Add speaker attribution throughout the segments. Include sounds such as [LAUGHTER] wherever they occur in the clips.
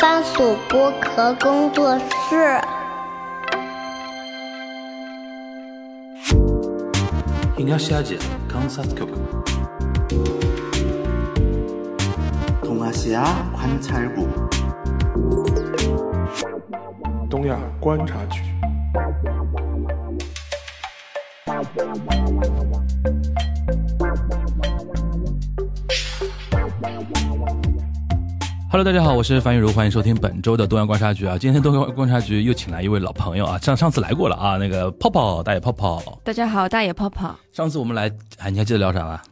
Speaker 1: 番薯剥壳工作室。
Speaker 2: 東アジア観察局
Speaker 3: 동아시아관찰국
Speaker 4: 东亚观察局。
Speaker 5: Hello，大家好，我是樊玉茹，欢迎收听本周的东阳观察局啊。今天东阳观察局又请来一位老朋友啊，上上次来过了啊，那个泡泡大野泡泡。
Speaker 6: 大家好，大野泡泡，
Speaker 5: 上次我们来，哎，你还记得聊啥吧？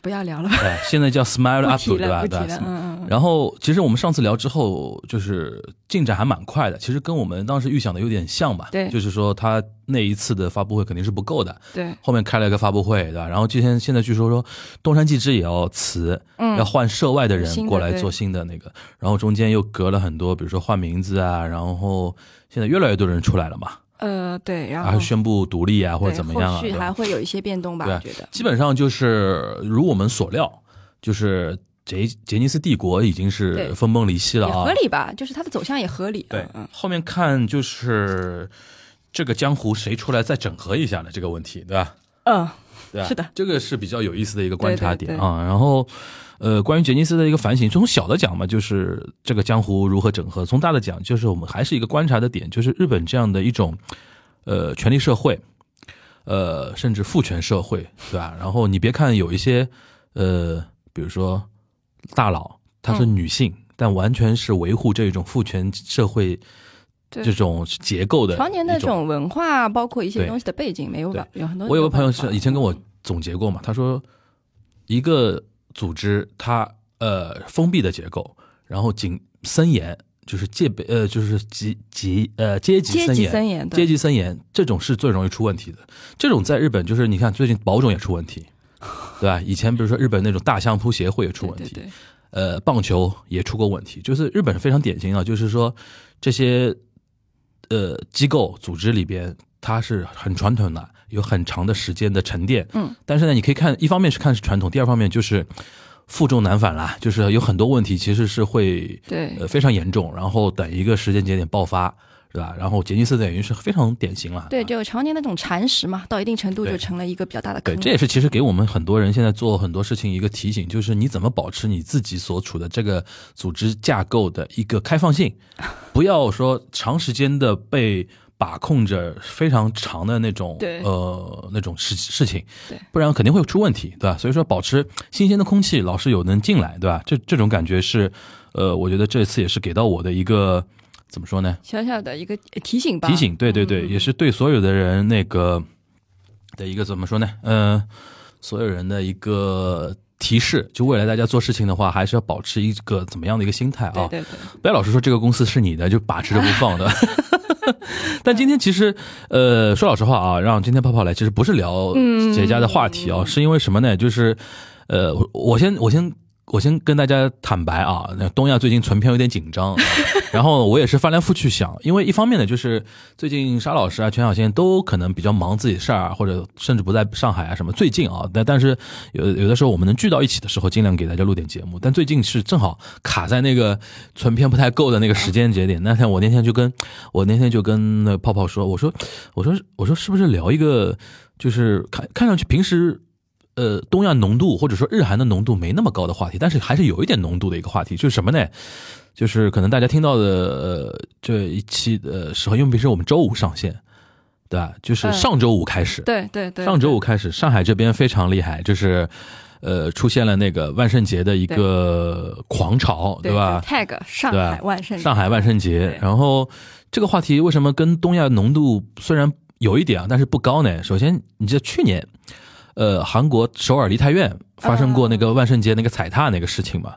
Speaker 6: 不要聊了吧，
Speaker 5: 对， [LAUGHS] 现在叫 Smile
Speaker 6: 不
Speaker 5: Up，
Speaker 6: 提
Speaker 5: 对
Speaker 6: 了，
Speaker 5: 吧？
Speaker 6: 不
Speaker 5: 对
Speaker 6: 提
Speaker 5: 吧
Speaker 6: 了，嗯嗯嗯，
Speaker 5: 然后，其实我们上次聊之后，就是进展还蛮快的，其实跟我们当时预想的有点像吧。
Speaker 6: 对
Speaker 5: 就是说他那一次的发布会肯定是不够的，
Speaker 6: [LAUGHS] 对，
Speaker 5: 后面开了一个发布会，对吧？然后今天现在据说说东山纪之也要辞，
Speaker 6: 嗯
Speaker 5: 要换涉外的人
Speaker 6: 新的
Speaker 5: 过来
Speaker 6: 对
Speaker 5: 做新的那个，然后中间又隔了很多，比如说换名字啊，然后现在越来越多人出来了嘛，
Speaker 6: 呃，对，然
Speaker 5: 然
Speaker 6: 后
Speaker 5: 后宣布独立啊或者
Speaker 6: 对
Speaker 5: 怎么样啊，
Speaker 6: 后续
Speaker 5: 对吧
Speaker 6: 还会有一些变动吧，
Speaker 5: 对啊
Speaker 6: 我觉得，
Speaker 5: 基本上就是如我们所料，就是杰杰尼斯帝国已经是
Speaker 6: 对
Speaker 5: 分崩离析了
Speaker 6: 也
Speaker 5: 啊，
Speaker 6: 合理吧，就是它的走向也合理，
Speaker 5: 对
Speaker 6: 嗯，嗯，
Speaker 5: 后面看就是这个江湖谁出来再整合一下呢？这个问题，对吧？
Speaker 6: 嗯，
Speaker 5: 对吧？
Speaker 6: 是的，
Speaker 5: 这个是比较有意思的一个观察点
Speaker 6: 对对对
Speaker 5: 啊。然后，呃，关于杰尼斯的一个反省，从小的讲嘛，就是这个江湖如何整合；从大的讲，就是我们还是一个观察的点，就是日本这样的一种呃权力社会，呃，甚至父权社会，对
Speaker 6: 嗯
Speaker 5: 吧？然后你别看有一些呃，比如说大佬，她是女性。但完全是维护这种父权社会
Speaker 6: 对
Speaker 5: 这种结构的
Speaker 6: 常年的
Speaker 5: 一
Speaker 6: 这种文化，包括一些
Speaker 5: 对
Speaker 6: 东西的背景，没有吧，嗯有很多，
Speaker 5: 我有个朋友是以前跟我总结过嘛，他说一个组织它呃封闭的结构，然后紧森严，就是戒备呃就是级级呃阶级
Speaker 6: 阶
Speaker 5: 森
Speaker 6: 级
Speaker 5: 严。
Speaker 6: 森严的，
Speaker 5: 阶级森严，这种是最容易出问题的。这种在日本就是，你看最近保种也出问题，
Speaker 6: [LAUGHS]
Speaker 5: 对吧？以前比如说日本那种大相扑协会也出
Speaker 6: 对
Speaker 5: 问题，
Speaker 6: 对对，
Speaker 5: 呃，棒球也出过问题，就是日本非常典型啊，就是说这些呃机构组织里边，它是很传统的，有很长的时间的沉淀。
Speaker 6: 嗯，
Speaker 5: 但是呢，你可以看，一方面是看是传统，第二方面就是负重难返啦，就是有很多问题其实是会
Speaker 6: 对
Speaker 5: 呃非常严重，然后等一个时间节点爆发，是吧？然后杰尼斯等于是非常典型了。
Speaker 6: 对，就常年的这种蚕食嘛，到一定程度
Speaker 5: 对
Speaker 6: 就成了一个比较大的
Speaker 5: 对，
Speaker 6: 坑，
Speaker 5: 这也是其实给我们很多人现在做很多事情一个提醒，就是你怎么保持你自己所处的这个组织架构的一个开放
Speaker 6: [LAUGHS]
Speaker 5: 性，不要说长时间的被把控着非常长的那种
Speaker 6: 对
Speaker 5: 呃那种事事情
Speaker 6: 对，
Speaker 5: 不然肯定会出问题，对吧？所以说保持新鲜的空气，老是有能进来，对吧？这这种感觉是，呃，我觉得这次也是给到我的一个怎么说呢？
Speaker 6: 小小的一个提醒吧，嗯
Speaker 5: 提醒，对对对，也是对所有的人那个的一个怎么说呢？呃，所有人的一个提示，就未来大家做事情的话，还是要保持一个怎么样的一个心态啊？
Speaker 6: 对对对，
Speaker 5: 不要老是说这个公司是你的，就把持着不放的。 [LAUGHS] 但今天其实，呃，说老实话啊，让今天泡泡来，其实不是聊姐家的话题啊，是因为什么呢？就是，呃，我我先我先我先跟大家坦白啊，那东亚最近存片有点紧张，啊 [LAUGHS] 然后我也是翻来覆去想，因为一方面呢，就是最近沙老师啊、全小仙都可能比较忙自己的事儿，或者甚至不在上海啊什么。最近啊，但但是有有的时候我们能聚到一起的时候，尽量给大家录点节目。但最近是正好卡在那个存片不太够的那个时间节点。那天我那天就跟我那天就跟那泡泡说，我说我说我说是不是聊一个，就是看看上去平时。呃，东亚浓度或者说日韩的浓度没那么高的话题，但是还是有一点浓度的一个话题，就是什么呢？就是可能大家听到的呃这一期的时候，因为平时我们周五上线，对吧？就是
Speaker 6: 嗯
Speaker 5: 上周五开始，
Speaker 6: 对对对，
Speaker 5: 上周五开始，上海这边非常厉害，就是呃出现了那个万圣节的一个狂潮，
Speaker 6: 对
Speaker 5: 吧？
Speaker 6: 就？tag 上
Speaker 5: 对啊
Speaker 6: 海万圣，
Speaker 5: 上海万圣节
Speaker 6: 对，
Speaker 5: 然后这个话题为什么跟东亚浓度虽然有一点啊，但是不高呢？首先，你知道去年，呃，韩国首尔梨泰院发生
Speaker 6: 啊
Speaker 5: 过那个万圣节那个踩踏那个事情嘛，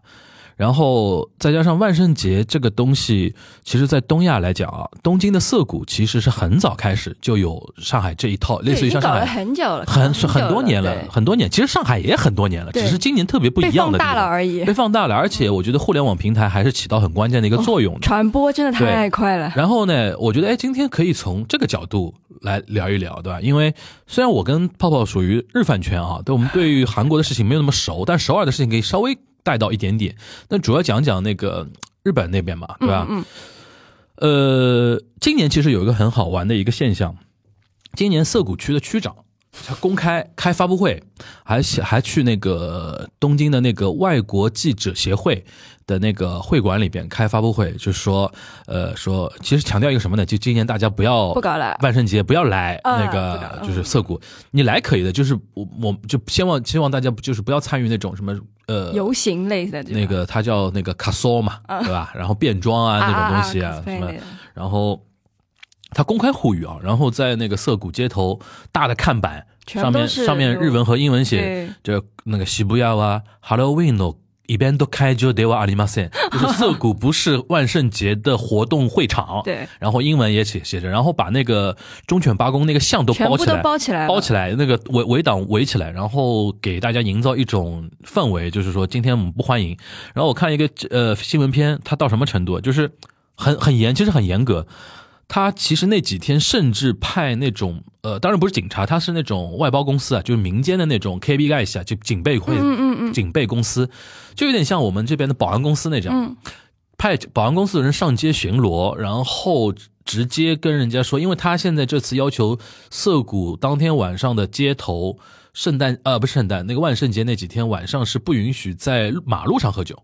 Speaker 5: 然后再加上万圣节这个东西，其实在东亚来讲啊，东京的涩谷其实是很早开始就有上海这一套，类
Speaker 6: 对
Speaker 5: 似于
Speaker 6: 已
Speaker 5: 像
Speaker 6: 经
Speaker 5: 上
Speaker 6: 搞了
Speaker 5: 海。
Speaker 6: 很久了，
Speaker 5: 很
Speaker 6: 久
Speaker 5: 很多年了
Speaker 6: 对，
Speaker 5: 很多年，其实上海也很多年了，
Speaker 6: 对
Speaker 5: 只是今年特别不
Speaker 6: 被
Speaker 5: 一样
Speaker 6: 放
Speaker 5: 的地
Speaker 6: 大了
Speaker 5: 方，
Speaker 6: 而已哦
Speaker 5: 被。放大了，而且我觉得互联网平台还是起到很关键的一个作用的。
Speaker 6: 传播真的太快了，
Speaker 5: 然后呢，我觉得哎，今天可以从这个角度来聊一聊，对吧？因为虽然我跟泡泡属于日饭圈啊，对我们对于韩国的事情没有那么熟，但首尔的事情可以稍微带到一点点。那主要讲讲那个日本那边嘛，对啊吧？
Speaker 6: 嗯
Speaker 5: 呃，今年其实有一个很好玩的一个现象，今年涩谷区的区长他公开开发布会，还写还去那个东京的那个外国记者协会的那个会馆里边开发布会，就说呃说，其实强调一个什么呢？就今年大家不要
Speaker 6: 不搞了
Speaker 5: 万圣节不要来
Speaker 6: 啊
Speaker 5: 那
Speaker 6: 不搞
Speaker 5: 个
Speaker 6: 嗯
Speaker 5: 就是涩谷，你来可以的，就是我我就希望希望大家就是不要参与那种什么呃
Speaker 6: 嗯，游行类的这种
Speaker 5: 那个它叫那个卡索嘛，对吧？然后变装啊
Speaker 6: 啊
Speaker 5: 那种东西
Speaker 6: 啊
Speaker 5: 啊，
Speaker 6: cosplay
Speaker 5: 什么
Speaker 6: 类的，
Speaker 5: 然后他公开呼吁啊，然后在那个涩谷街头大的看板
Speaker 6: 全
Speaker 5: 上
Speaker 6: 都
Speaker 5: 面
Speaker 6: 是
Speaker 5: 上面
Speaker 6: 有
Speaker 5: 日文和英文写
Speaker 6: 对
Speaker 5: 这那个西部亚哇 Halloween 哦のイベント会場ではありません，就是涩谷不是万圣节的活动会场。
Speaker 6: 对，
Speaker 5: 然后英文也写写着，然后把那个忠犬八公那个像都
Speaker 6: 全
Speaker 5: 包
Speaker 6: 部
Speaker 5: 起来，
Speaker 6: 都包起来了，
Speaker 5: 包起来，那个围围挡围起来，然后给大家营造一种氛围，就是说今天我们不欢迎。然后我看一个呃新闻片，它到什么程度，啊就是很很严，其实很严格。他其实那几天甚至派那种呃，当然不是警察，他是那种外包公司啊，就是民间的那种 KB guys 啊，就警备会，嗯嗯嗯，警备公司，就有点像我们这边的保安公司那种，派保安公司的人上街巡逻，然后直接跟人家说，因为他现在这次要求涩谷当天晚上的街头，圣诞呃不是圣诞那个万圣节那几天晚上是不允许在马路上喝酒。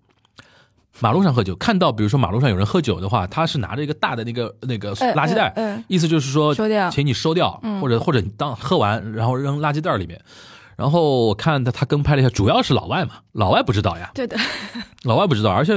Speaker 5: 马路上喝酒，看到比如说马路上有人喝酒的话，他是拿着一个大的那个那个
Speaker 6: 嗯
Speaker 5: 垃圾袋，
Speaker 6: 嗯嗯
Speaker 5: 意思就是说，
Speaker 6: 收掉嗯
Speaker 5: 请你收掉，或者或者你当喝完然后扔垃圾袋里面。然后我看他他跟拍了一下，主要是老外嘛，老外不知道呀，
Speaker 6: [LAUGHS]
Speaker 5: [LAUGHS]
Speaker 6: 对的，
Speaker 5: 老外不知道，而且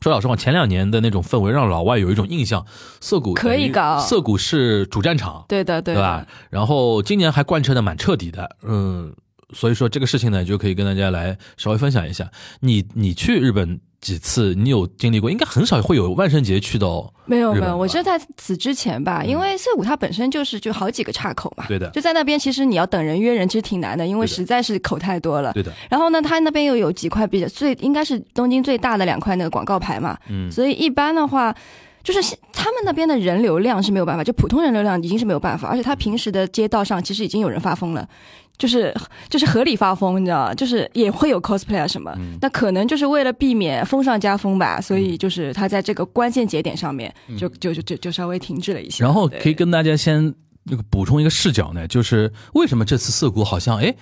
Speaker 5: 说老实话，前两年的那种氛围让老外有一种印象，涩谷
Speaker 6: 可以搞
Speaker 5: 涩谷是主战场，
Speaker 6: 对的，对
Speaker 5: 对吧
Speaker 6: 的，？
Speaker 5: 然后今年还贯彻的蛮彻底的，嗯，所以说这个事情呢，就可以跟大家来稍微分享一下。你你去日本几次？你有经历过？应该很少会有万圣节去的哦。
Speaker 6: 没有
Speaker 5: 日
Speaker 6: 没
Speaker 5: 本
Speaker 6: 有，
Speaker 5: 吧
Speaker 6: 我觉得在此之前吧，因为涩谷它本身就是就好几个岔口嘛，
Speaker 5: 对的
Speaker 6: 就在那边其实你要等人约人其实挺难的，因为
Speaker 5: 对的
Speaker 6: 实在是口太多了。
Speaker 5: 对的，
Speaker 6: 然后呢，它那边又有几块比较最应该是东京最大的两块那个广告牌嘛，
Speaker 5: 嗯
Speaker 6: 所以一般的话。就是现他们那边的人流量是没有办法，就普通人流量已经是没有办法，而且他平时的街道上其实已经有人发疯了，就是就是合理发疯，你知道吧？就是也会有 cosplay 啊什么，
Speaker 5: 嗯
Speaker 6: 那可能就是为了避免风上加风吧，所以就是他在这个关键节点上面就、就就就就稍微停滞了一
Speaker 5: 嗯
Speaker 6: 些。
Speaker 5: 然后可以
Speaker 6: 对
Speaker 5: 跟大家先那个补充一个视角呢，就是为什么这次涩谷好像哎，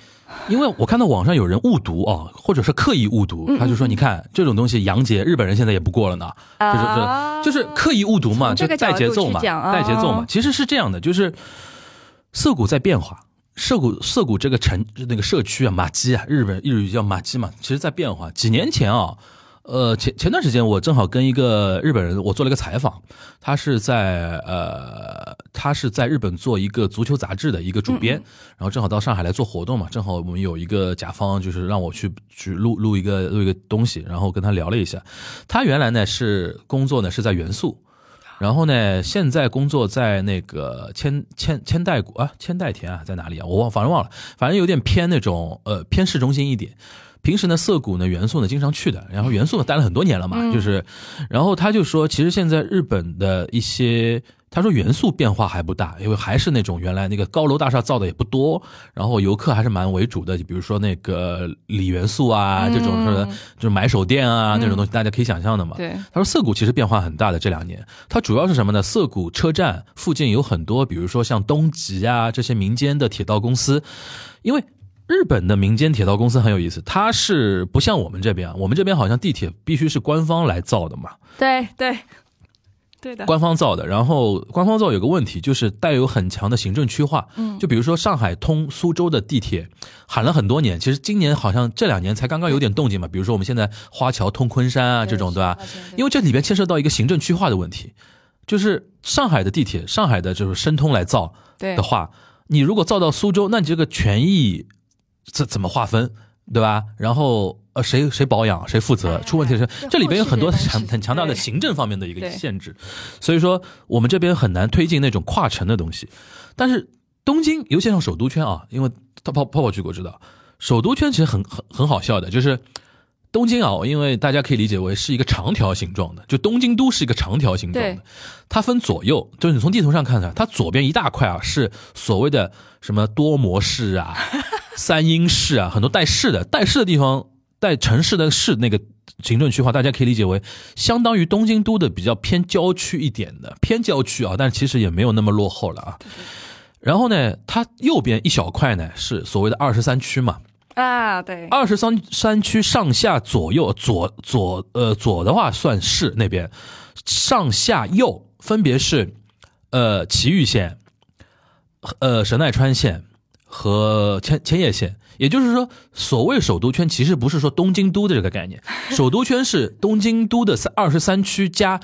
Speaker 5: 因为我看到网上有人误读啊，或者是刻意误读，他就说你看这种东西洋节日本人现在也不过了呢，
Speaker 6: 啊
Speaker 5: 就是就是刻意误读嘛，
Speaker 6: 从
Speaker 5: 就
Speaker 6: 这个
Speaker 5: 带节奏
Speaker 6: 角度
Speaker 5: 嘛，
Speaker 6: 去讲啊
Speaker 5: 带节奏嘛，其实是这样的，就是涩谷在变化。涩谷涩谷这个城那个社区啊，马基啊，日本日语叫马基嘛，其实在变化。几年前啊，呃，前前段时间我正好跟一个日本人，我做了一个采访，他是在呃，他是在日本做一个足球杂志的一个主编，
Speaker 6: 嗯
Speaker 5: 然后正好到上海来做活动嘛，正好我们有一个甲方就是让我去去录录一个录一个东西，然后跟他聊了一下，他原来呢是工作呢是在元素。然后呢，现在工作在那个千千千代谷啊，千代田啊，在哪里啊？我忘，反正忘了，反正有点偏那种呃偏市中心一点。平时呢，涩谷呢，元素呢经常去的，然后元素呢待了很多年了嘛，就是，然后他就说，其实现在日本的一些，他说元素变化还不大，因为还是那种原来那个高楼大厦造的也不多，然后游客还是蛮为主的，比如说那个里元素啊这种什么，就是买手店啊那种东西，大家可以想象的嘛。
Speaker 6: 对
Speaker 5: 他说涩谷其实变化很大的这两年，它主要是什么呢？涩谷车站附近有很多，比如说像东急啊这些民间的铁道公司，因为。日本的民间铁道公司很有意思，它是不像我们这边啊，我们这边好像地铁必须是官方来造的嘛，
Speaker 6: 对对对的，
Speaker 5: 官方造的。然后官方造有个问题，就是带有很强的行政区划。嗯，就比如说上海通苏州的地铁，喊了很多年，其实今年好像这两年才刚刚有点动静嘛。比如说我们现在花桥通昆山啊这种，对吧？因为这里边牵涉到一个行政区划的问题，就是上海的地铁，上海的就是申通来造
Speaker 6: 对
Speaker 5: 的话，你如果造到苏州，那你这个权益怎怎么划分，对吧？然后呃，谁谁保养，谁负责，出问题的是
Speaker 6: 哎对
Speaker 5: 这里边有很多
Speaker 6: 后续这
Speaker 5: 很
Speaker 6: 东西
Speaker 5: 很强大的
Speaker 6: 对
Speaker 5: 行政方面的一个
Speaker 6: 对
Speaker 5: 限制，所以说我们这边很难推进那种跨城的东西。但是东京，尤其像首都圈啊，因为他泡泡泡去过知道，首都圈其实很很很好笑的，就是。东京啊，因为大家可以理解为是一个长条形状的，就东京都是一个长条形状的
Speaker 6: 对，
Speaker 5: 它分左右，就是你从地图上看看，啊它左边一大块啊是所谓的什么多模式啊、三英式啊，很多带式的带式的地方在城市的市那个行政区划，大家可以理解为相当于东京都的比较偏郊区一点的偏郊区啊，但其实也没有那么落后了啊。然后呢，它右边一小块呢是所谓的二十三区嘛，
Speaker 6: 啊，对，
Speaker 5: 二十三山区上下左右左左呃左的话算市那边，上下右分别是呃埼玉县、呃神奈川县和千千叶县。也就是说，所谓首都圈其实不是说东京都的这个概念，首都圈是东京都的三二十三区加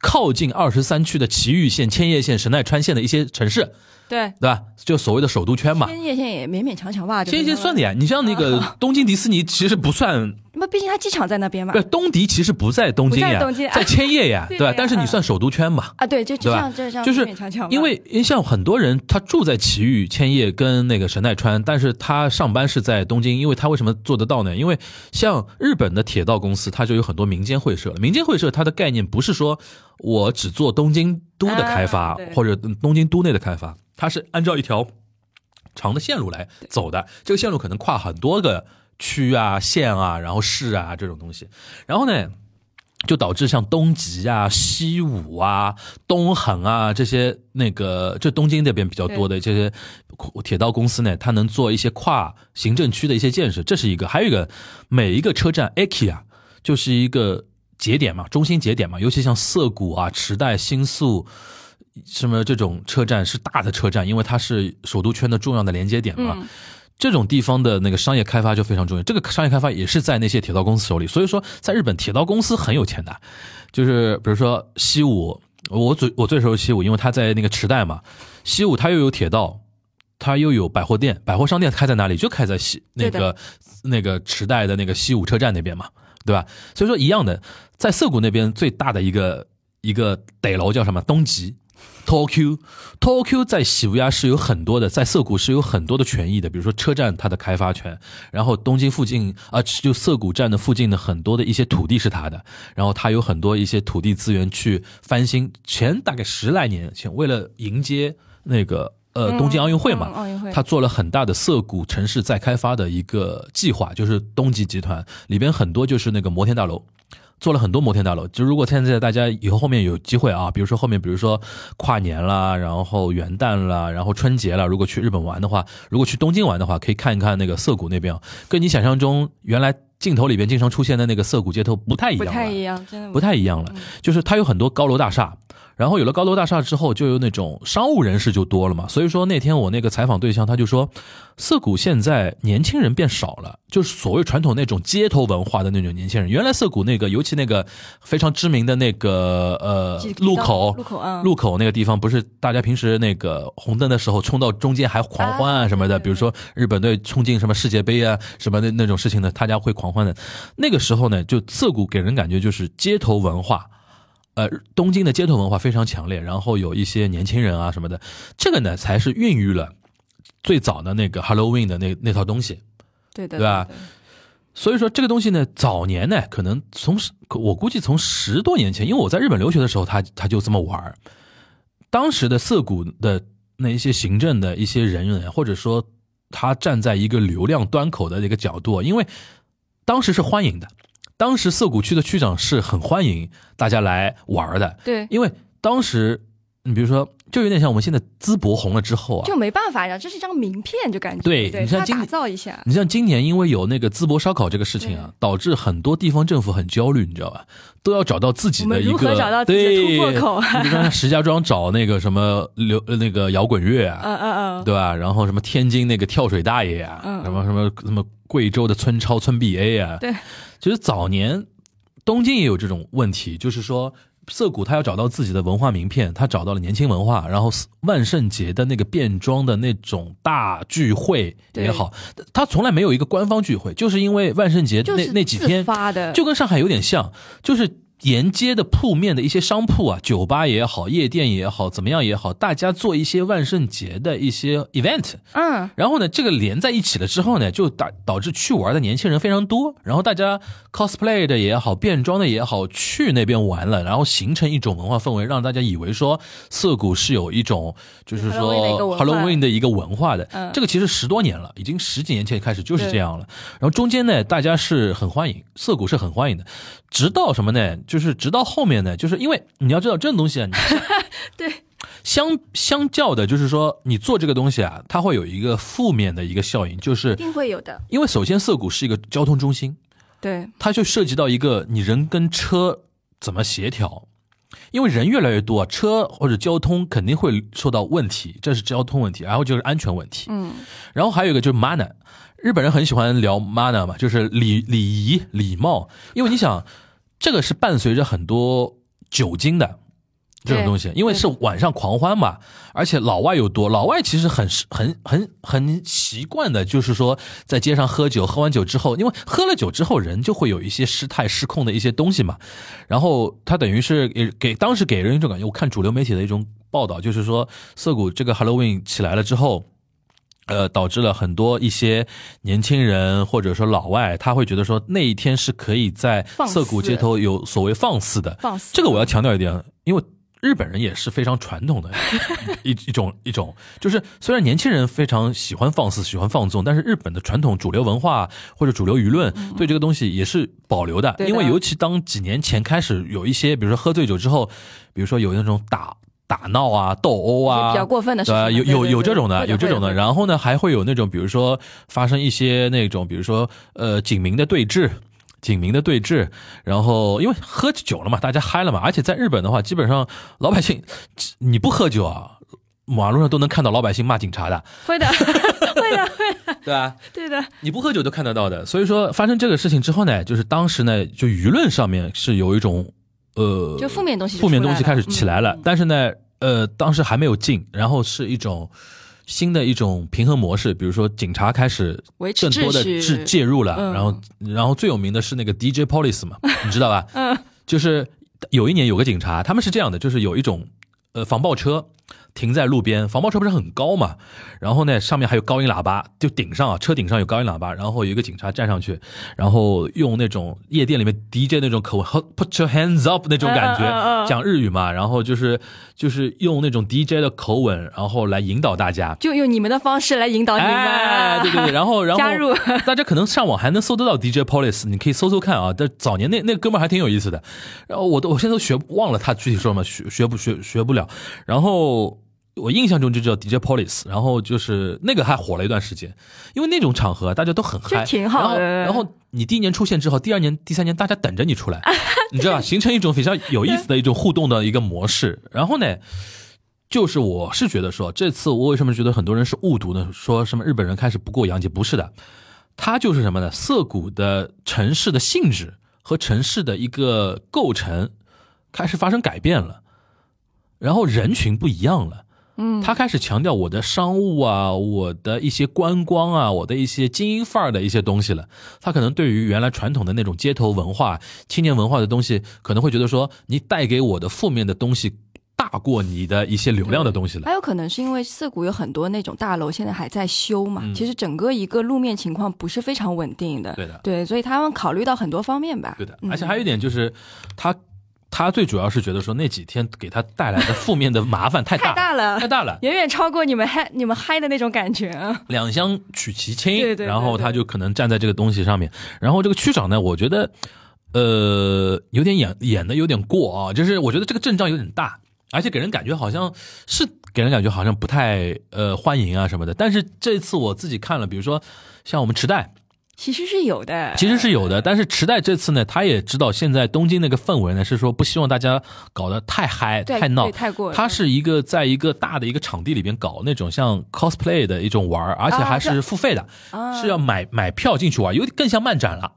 Speaker 5: 靠近二十三区的埼玉县、千叶县、神奈川县的一些城市，
Speaker 6: 对，
Speaker 5: 对吧？就所谓的首都圈嘛。
Speaker 6: 千叶县也勉勉强强吧，
Speaker 5: 千叶
Speaker 6: 就是
Speaker 5: 县算的呀，你像那
Speaker 6: 嗯
Speaker 5: 个东京迪士尼其实不
Speaker 6: [LAUGHS]
Speaker 5: 算
Speaker 6: 那毕竟它机场在那边嘛
Speaker 5: 不，，东迪其实不在东京
Speaker 6: 不
Speaker 5: 呀，
Speaker 6: 在东京
Speaker 5: 在千叶呀，
Speaker 6: [LAUGHS] 对
Speaker 5: 对吧
Speaker 6: 呀？嗯
Speaker 5: 但是你算首都圈嘛，
Speaker 6: 啊，对，就就
Speaker 5: 对吧
Speaker 6: 像就像？
Speaker 5: 就是
Speaker 6: 勉勉强强吧，
Speaker 5: 因为因为像很多人他住在埼玉、千叶跟那个神奈川，但是他上班是在东京，因为他为什么做得到呢？因为像日本的铁道公司，它就有很多民间会社，民间会社它的概念不是说我只做东京都的开发、
Speaker 6: 啊对
Speaker 5: 或者东京都内的开发，它是按照一条长的线路来走的，这个线路可能跨很多个区啊、县啊，然后市啊这种东西，然后呢？就导致像东极啊、西武啊、东横啊这些那个，就东京这边比较多的这些铁道公司呢，它能做一些跨行政区的一些建设，这是一个。还有一个，每一个车站 EKI 啊，就是一个节点嘛，中心节点嘛，尤其像涩谷啊、池袋、新宿。什么这种车站是大的车站，因为它是首都圈的重要的连接
Speaker 6: 嗯
Speaker 5: 点嘛。这种地方的那个商业开发就非常重要，这个商业开发也是在那些铁道公司手里。所以说，在日本铁道公司很有钱的，就是比如说西武，我最我最熟悉西武，因为它在那个池袋嘛，西武它又有铁道，它又有百货店，百货商店开在哪里？就开在西那
Speaker 6: 对的
Speaker 5: 个那个池袋的那个西武车站那边嘛，对吧？所以说一样的，在涩谷那边最大的一个一个得楼叫什么？东极。Tokyo Tokyo 在喜布亚是有很多的，在涩谷是有很多的权益的，比如说车站它的开发权，然后东京附近啊，就涩谷站的附近的很多的一些土地是它的，然后它有很多一些土地资源去翻新。前大概十来年前，为了迎接那个呃东京奥运会嘛，
Speaker 6: 嗯奥运会
Speaker 5: 他做了很大的涩谷城市再开发的一个计划，就是东极集团里边很多就是那个摩天大楼。做了很多摩天大楼，就如果现在大家以后后面有机会啊，比如说后面，比如说跨年啦，然后元旦啦，然后春节啦，如果去日本玩的话，如果去东京玩的话，可以看一看那个涩谷那边啊，跟你想象中原来镜头里边经常出现的那个涩谷街头不太一
Speaker 6: 不
Speaker 5: 样了，
Speaker 6: 太一样，真的
Speaker 5: 不太一样了。就是它有很多高楼大厦，然后有了高楼大厦之后，就有那种商务人士就多了嘛。所以说那天我那个采访对象他就说，涩谷现在年轻人变少了，就是所谓传统那种街头文化的那种年轻人。原来涩谷那个，尤其那个非常知名的那个呃
Speaker 6: 几个
Speaker 5: 路口。
Speaker 6: 路口啊，
Speaker 5: 路口那个地方不是大家平时那个红灯的时候冲到中间还狂欢啊
Speaker 6: 啊
Speaker 5: 什么的，
Speaker 6: 对对
Speaker 5: 比如说日本队冲进什么世界杯啊什么的那种事情呢，大家会狂欢的。那个时候呢，就涩谷给人感觉就是街头文化，呃，东京的街头文化非常强烈，然后有一些年轻人啊什么的，这个呢才是孕育了最早的那个 Halloween 的那那套东西。
Speaker 6: 对的，
Speaker 5: 对吧所以说这个东西呢，早年呢，可能从十我估计从十多年前，因为我在日本留学的时候，他他就这么玩儿。当时的涩谷的那一些行政的一些人员，或者说他站在一个流量端口的一个角度，因为当时是欢迎的，当时涩谷区的区长是很欢迎大家来玩儿的，
Speaker 6: 对，对
Speaker 5: 因为当时你比如说，就有点像我们现在淄博红了之后啊，
Speaker 6: 就没办法呀，这是一张名片，就感觉
Speaker 5: 对
Speaker 6: 对，
Speaker 5: 你像
Speaker 6: 它
Speaker 5: 今啊
Speaker 6: 打造一下，
Speaker 5: 你像今年因为有那个淄博烧烤这个事情啊
Speaker 6: 对，
Speaker 5: 导致很多地方政府很焦虑，你知道吧？都要找到自己
Speaker 6: 我
Speaker 5: 的
Speaker 6: 们
Speaker 5: 一
Speaker 6: 如何
Speaker 5: 个
Speaker 6: 找到自己的
Speaker 5: 对
Speaker 6: 突破口啊
Speaker 5: 你比如说石家庄找那个什么流呃那个摇滚乐
Speaker 6: [LAUGHS]
Speaker 5: 啊，
Speaker 6: 嗯嗯嗯，
Speaker 5: 对吧？然后什么天津那个跳水大爷啊，
Speaker 6: 嗯
Speaker 5: 什么什么什么贵州的村超村 BA 啊，
Speaker 6: 对，
Speaker 5: 其实早年东京也有这种问题，就是说。涩谷他要找到自己的文化名片，他找到了年轻文化，然后万圣节的那个变装的那种大聚会也
Speaker 6: 对
Speaker 5: 好，他从来没有一个官方聚会，就是因为万圣节那、
Speaker 6: 就是
Speaker 5: 那几
Speaker 6: 自
Speaker 5: 天，
Speaker 6: 发的，
Speaker 5: 就跟上海有点像，就是沿街的铺面的一些商铺啊，酒吧也好，夜店也好，怎么样也好，大家做一些万圣节的一些 event，
Speaker 6: 嗯，
Speaker 5: 然后呢，这个连在一起了之后呢，就导导致去玩的年轻人非常多，然后大家 cosplay 的也好，变装的也好，去那边玩了，然后形成一种文化氛围，让大家以为说涩谷是有一种就是说
Speaker 6: Halloween 的一个
Speaker 5: Halloween 的一个
Speaker 6: 文化
Speaker 5: 文化的，
Speaker 6: 嗯
Speaker 5: 这个其实十多年了，已经十几年前开始就是这
Speaker 6: 对
Speaker 5: 样了。然后中间呢，大家是很欢迎，涩谷是很欢迎的，直到什么呢？就是直到后面呢，就是因为你要知道这种东西啊，你 [LAUGHS]
Speaker 6: 对。
Speaker 5: 相相较的，就是说你做这个东西啊，它会有一个负面的一个效应，就是
Speaker 6: 一定会有的。
Speaker 5: 因为首先涩谷是一个交通中心，
Speaker 6: 对，
Speaker 5: 它就涉及到一个你人跟车怎么协调，因为人越来越多，车或者交通肯定会受到问题，这是交通问题，然后就是安全问题，
Speaker 6: 嗯，
Speaker 5: 然后还有一个就是 manner，日本人很喜欢聊 manner 嘛，就是礼礼仪礼貌，因为你想，这个是伴随着很多酒精的这种
Speaker 6: 对
Speaker 5: 东西，因为是晚上狂欢嘛，而且老外又多，老外其实很很很很习惯的，就是说在街上喝酒，喝完酒之后，因为喝了酒之后人就会有一些失态失控的一些东西嘛，然后他等于是给给当时给人一种感觉，我看主流媒体的一种报道，就是说涩谷这个 Halloween 起来了之后。呃，导致了很多一些年轻人或者说老外，他会觉得说那一天是可以在
Speaker 6: 放
Speaker 5: 涩谷
Speaker 6: 肆
Speaker 5: 街头有所谓放肆的，
Speaker 6: 放肆
Speaker 5: 这个我要强调一点，因为日本人也是非常传统
Speaker 6: [LAUGHS]
Speaker 5: 的一一种一种，就是虽然年轻人非常喜欢放肆、喜欢放纵，但是日本的传统主流文化或者主流舆论对这个东西也是保留的，
Speaker 6: 嗯对的
Speaker 5: 因为尤其当几年前开始有一些，比如说喝醉酒之后，比如说有那种打。打闹啊，斗殴啊，
Speaker 6: 比较过分的事
Speaker 5: 对
Speaker 6: 情
Speaker 5: 吧？
Speaker 6: 嘛
Speaker 5: 有
Speaker 6: 对
Speaker 5: 有
Speaker 6: 对
Speaker 5: 有
Speaker 6: 对
Speaker 5: 这种的，
Speaker 6: 会的
Speaker 5: 有这种的。
Speaker 6: 会的
Speaker 5: 然后呢，还会有那种，比如说发生一些那种，比如说呃，警民的对峙，警民的对峙。然后因为喝酒了嘛，大家嗨了嘛，而且在日本的话，基本上老百姓你不喝酒啊，马路上都能看到老百姓骂警察的，
Speaker 6: 会的，会的，会的，
Speaker 5: 对吧？
Speaker 6: 对的，
Speaker 5: 你不喝酒都看得到的。所以说发生这个事情之后呢，就是当时呢，就舆论上面是有一种呃，
Speaker 6: 就负面东西就
Speaker 5: 负面
Speaker 6: 出来
Speaker 5: 东西开始
Speaker 6: 了嗯
Speaker 5: 起来了，但是呢，呃，当时还没有禁，然后是一种新的一种平衡模式，比如说警察开始
Speaker 6: 维持
Speaker 5: 更多的
Speaker 6: 秩序
Speaker 5: 制介入了，
Speaker 6: 嗯
Speaker 5: 然后然后最有名的是那个 DJ Police 嘛，你知道吧？嗯，就是有一年有个警察，他们是这样的，就是有一种呃防爆车。停在路边，防爆车不是很高嘛？然后呢，上面还有高音喇叭，就顶上啊，车顶上有高音喇叭，然后有一个警察站上去，然后用那种夜店里面 DJ 那种口吻，Put your hands up 那种感觉，
Speaker 6: 嗯嗯嗯嗯
Speaker 5: 讲日语嘛，然后就是就是用那种 DJ 的口吻，然后来引导大家。
Speaker 6: 就用你们的方式来引导你们、啊
Speaker 5: 哎，对对对，然后然后
Speaker 6: 加入
Speaker 5: 大家可能上网还能搜得到 DJ Police，你可以搜搜看啊。但早年那那哥们儿还挺有意思的，然后我都我现在都学忘了他具体说什么，学学不学学不了。然后我印象中就叫 DJ Police，然后就是那个还火了一段时间，因为那种场合大家都很嗨，
Speaker 6: 就挺好的
Speaker 5: 然后然后你第一年出现之后，第二年、第三年大家等着你出
Speaker 6: [LAUGHS]
Speaker 5: 来，你知道吧？形成一种比较有意思的一种互动的一个模式。然后呢？就是我是觉得说，这次我为什么觉得很多人是误读呢？说什么日本人开始不过洋节，不是的，它就是什么呢？涩谷的城市的性质和城市的一个构成开始发生改变了，然后人群不一样了。嗯，他开始强调我的商务啊，我的一些观光啊，我的一些精英范儿的一些东西了。他可能对于原来传统的那种街头文化、青年文化的东西，可能会觉得说，你带给我的负面的东西大过你的一些流量的东西了。
Speaker 6: 还有可能是因为涩谷有很多那种大楼现在还在修嘛，其实整个一个路面情况不是非常稳定的。
Speaker 5: 嗯对的
Speaker 6: 对，所以他们考虑到很多方面吧。
Speaker 5: 对的，
Speaker 6: 嗯
Speaker 5: 而且还有一点就是，他他最主要是觉得说那几天给他带来的负面的麻烦太大
Speaker 6: 太大了
Speaker 5: [LAUGHS] 太大了，
Speaker 6: 远远超过你们嗨你们嗨的那种感觉啊。
Speaker 5: 两相取其轻，
Speaker 6: 对对对
Speaker 5: 然后他就可能站在这个东西上面。然后这个区长呢，我觉得呃有点演演的有点过啊，就是我觉得这个阵仗有点大，而且给人感觉好像是给人感觉好像不太呃欢迎啊什么的。但是这次我自己看了，比如说像我们池袋，
Speaker 6: 其实是有的，
Speaker 5: 其实是有的，但是池袋这次呢，他也知道现在东京那个氛围呢，是说不希望大家搞得太嗨、
Speaker 6: 对
Speaker 5: 太闹、
Speaker 6: 对太过了
Speaker 5: 他是一个在一个大的一个场地里边搞那种像 cosplay 的一种玩儿而且
Speaker 6: 啊
Speaker 5: 还是付费的，是
Speaker 6: 嗯
Speaker 5: 要买买票进去玩，有点更像漫展了。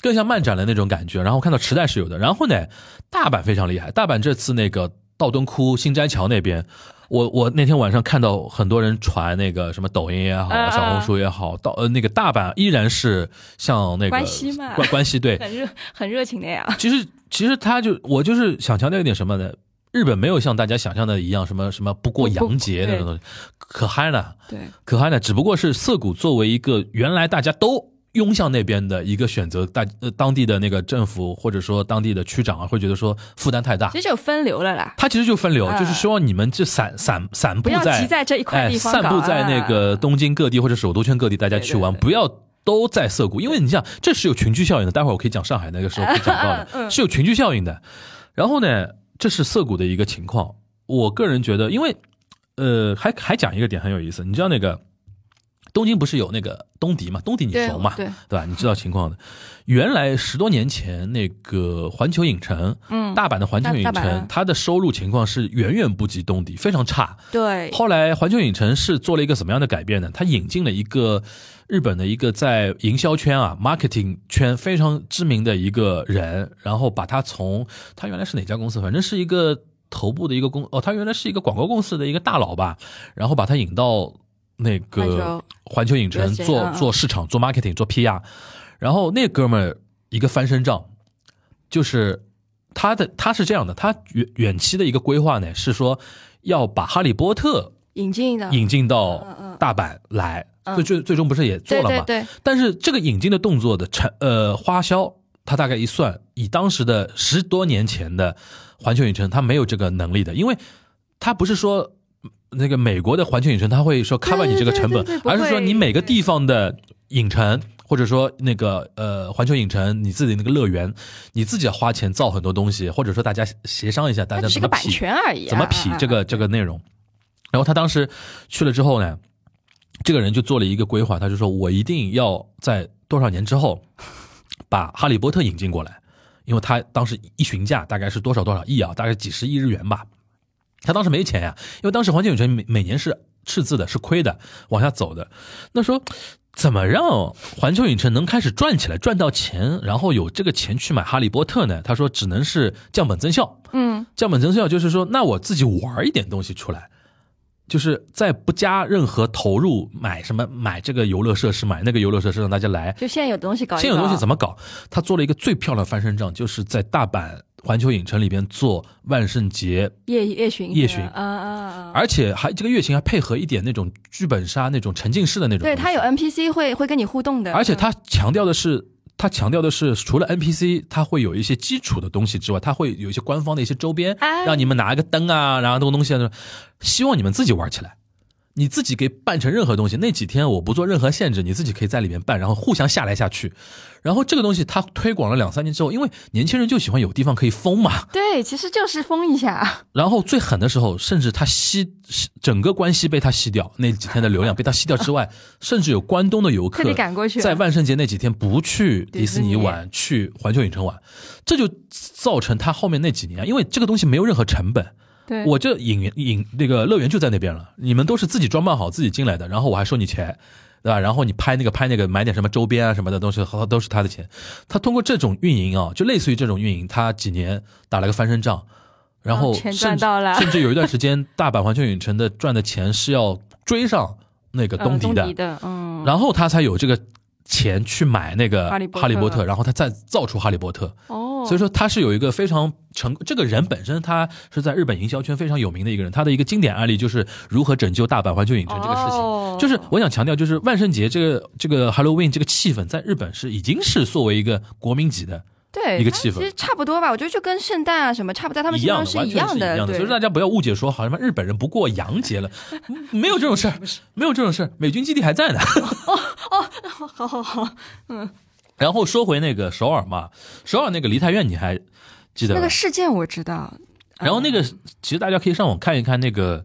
Speaker 5: 更像漫展的那种感觉，然后看到池袋是有的，然后呢，大阪非常厉害，大阪这次那个道顿窟新斋桥那边，我我那天晚上看到很多人传那个什么抖音也好，
Speaker 6: 嗯嗯
Speaker 5: 小红书也好，到呃那个大阪依然是像那个
Speaker 6: 关西嘛
Speaker 5: 关关西对，
Speaker 6: [LAUGHS] 很热很热情的呀。
Speaker 5: 其实其实他就我就是想强调一点什么呢？日本没有像大家想象的一样，什么什么不过洋节那种东西，可嗨了，
Speaker 6: 对，
Speaker 5: 可嗨了。只不过是涩谷作为一个原来大家都拥向那边的一个选择，大呃当地的那个政府或者说当地的区长啊，会觉得说负担太大
Speaker 6: 其，实有分流了啦。
Speaker 5: 他其实就分流，
Speaker 6: 啊
Speaker 5: 就是希望你们就散散散布
Speaker 6: 不要
Speaker 5: 在
Speaker 6: 集在这一块地方搞
Speaker 5: 哎，散布在那个
Speaker 6: 啊
Speaker 5: 东京各地或者首都圈各地，大家去玩，
Speaker 6: 对对对
Speaker 5: 不要。都在涩谷，因为你想，这是有群居效应的。待会儿我可以讲上海那个时候可以讲到
Speaker 6: [LAUGHS]
Speaker 5: 的，
Speaker 6: 嗯
Speaker 5: 是有群居效应的。然后呢，这是涩谷的一个情况。我个人觉得，因为呃，还还讲一个点很有意思，你知道那个东京不是有那个东迪嘛？东迪你
Speaker 6: 对
Speaker 5: 熟嘛？
Speaker 6: 对
Speaker 5: 吧？你知道情况的。原来十多年前那个环球影城，
Speaker 6: 嗯
Speaker 5: 大阪的环球影
Speaker 6: 大大阪
Speaker 5: 城，它的收入情况是远远不及东迪，非常差。
Speaker 6: 对，
Speaker 5: 后来环球影城是做了一个什么样的改变呢？它引进了一个日本的一个在营销圈啊、marketing 圈非常知名的一个人，然后把他从他原来是哪家公司，反正是一个头部的一个公哦，他原来是一个广告公司的一个大佬吧，然后把他引到那
Speaker 6: 环
Speaker 5: 个
Speaker 6: 球
Speaker 5: 环球影城
Speaker 6: 了解
Speaker 5: 做
Speaker 6: 嗯嗯
Speaker 5: 做市场、做 marketing、做 PR，然后那哥们儿一个翻身仗，就是他的他是这样的，他远远期的一个规划呢是说要把《哈利波特
Speaker 6: 引进的》
Speaker 5: 引进
Speaker 6: 嗯
Speaker 5: 到
Speaker 6: 嗯
Speaker 5: 大阪来，
Speaker 6: 嗯
Speaker 5: 最最最终不是也做了
Speaker 6: 对
Speaker 5: 嘛？
Speaker 6: 对对，
Speaker 5: 但是这个引进的动作的成呃花销，他大概一算，以当时的十多年前的环球影城，他没有这个能力的，因为他不是说。嗯那个美国的环球影城，他会说 cover 你这个成本
Speaker 6: 对对对对，不会
Speaker 5: 而是说你每个地方的影城，或者说那个呃环球影城你自己那个乐园，你自己要花钱造很多东西，或者说大家协商一下，大
Speaker 6: 它
Speaker 5: 家
Speaker 6: 只是
Speaker 5: 怎
Speaker 6: 个
Speaker 5: 么
Speaker 6: 版
Speaker 5: 匹
Speaker 6: 权而已啊。
Speaker 5: 怎么匹
Speaker 6: 啊
Speaker 5: 这？
Speaker 6: 啊
Speaker 5: 个嗯这个内容。然后他当时去了之后呢，这个人就做了一个规划，他就说我一定要在多少年之后把《哈利波特》引进过来，因为他当时一询价大概是多少多少亿啊，大概几十亿日元吧。他当时没钱呀、因为当时环球影城每每年是赤字的，是亏的，往下走的。那说怎么让环球影城能开始赚起来，赚到钱，然后有这个钱去买《哈利波特》呢？他说只能是降本增效。
Speaker 6: 嗯，
Speaker 5: 降本增效就是说，那我自己玩一点东西出来，就是在不加任何投入，买什么买这个游乐设施，买那个游乐设施，让大家来。
Speaker 6: 就现有的东西搞一搞。
Speaker 5: 现有东西怎
Speaker 6: 么？
Speaker 5: 么搞？他做了一个最漂亮的翻身仗，就是在大阪环球影城里边做万圣节，
Speaker 6: 夜夜巡是吧，
Speaker 5: 夜巡
Speaker 6: 啊啊啊！
Speaker 5: 而且还这个乐情还配合一点那种剧本杀那种沉浸式的那种东
Speaker 6: 对，
Speaker 5: 西。
Speaker 6: 它有 NPC 会会跟你互动的，
Speaker 5: 而且
Speaker 6: 嗯
Speaker 5: 他强调的是，他强调的是，除了 NPC，他会有一些基础的东西之外，他会有一些官方的一些周边，
Speaker 6: 哎
Speaker 5: 让你们拿一个灯啊，然后这个东西啊，希望你们自己玩起来。你自己给办成任何东西，那几天我不做任何限制，你自己可以在里面办，然后互相下来下去。然后这个东西它推广了两三年之后，因为年轻人就喜欢有地方可以疯嘛。
Speaker 6: 对，其实就是封一下，
Speaker 5: 然后最狠的时候，甚至它吸吸整个关西被它吸掉，那几天的流量被它吸掉之
Speaker 6: [LAUGHS]
Speaker 5: 外，甚至有关东的游客
Speaker 6: 特地赶过去了，
Speaker 5: 在万圣节那几天不去迪士尼玩，去环球影城玩，这就造成他后面那几年啊，因为这个东西没有任何成本，
Speaker 6: 对，
Speaker 5: 我这影影那个乐园就在那边了，你们都是自己装扮好自己进来的，然后我还收你钱，对吧？然后你拍那个拍那个，买点什么周边啊什么的东西，好都是他的钱。他通过这种运营啊，就类似于这种运营，他几年打了个翻身仗，然后
Speaker 6: 啊
Speaker 5: 甚
Speaker 6: 钱
Speaker 5: 至
Speaker 6: 赚到了
Speaker 5: 甚至有一段时间，大阪环球影城的赚的钱是要追上那个
Speaker 6: 呃
Speaker 5: 东迪的，
Speaker 6: 的，嗯，
Speaker 5: 然后他才有这个钱去买那个
Speaker 6: 哈利波特
Speaker 5: 哈利波特，然后他再造出哈利波特。
Speaker 6: 哦，
Speaker 5: 所以说他是有一个非常成，这个人本身他是在日本营销圈非常有名的一个人，他的一个经典案例就是如何拯救大阪环球影城这个事情。
Speaker 6: 哦
Speaker 5: 就是我想强调，就是万圣节这个这个 Halloween 这个气氛在日本是已经是作为一个国民级的
Speaker 6: 对
Speaker 5: 一个
Speaker 6: 它
Speaker 5: 气氛
Speaker 6: 其实差不多吧，我觉得就跟圣诞啊什么差不多，他们
Speaker 5: 一
Speaker 6: 心
Speaker 5: 样
Speaker 6: 中
Speaker 5: 的，完全
Speaker 6: 一
Speaker 5: 是
Speaker 6: 样
Speaker 5: 一
Speaker 6: 的，
Speaker 5: 样的。
Speaker 6: 对
Speaker 5: 所以大家不要误解说好像日本人不过洋节了，嗯没有这种事
Speaker 6: [LAUGHS]
Speaker 5: 儿，没有这种事儿，美军基地还在呢。
Speaker 6: 哦好好好，嗯
Speaker 5: 然后说回那个首尔嘛，首尔那个梨泰院你还记得吧？
Speaker 6: 那个事件我知道，嗯
Speaker 5: 然后那个其实大家可以上网看一看那个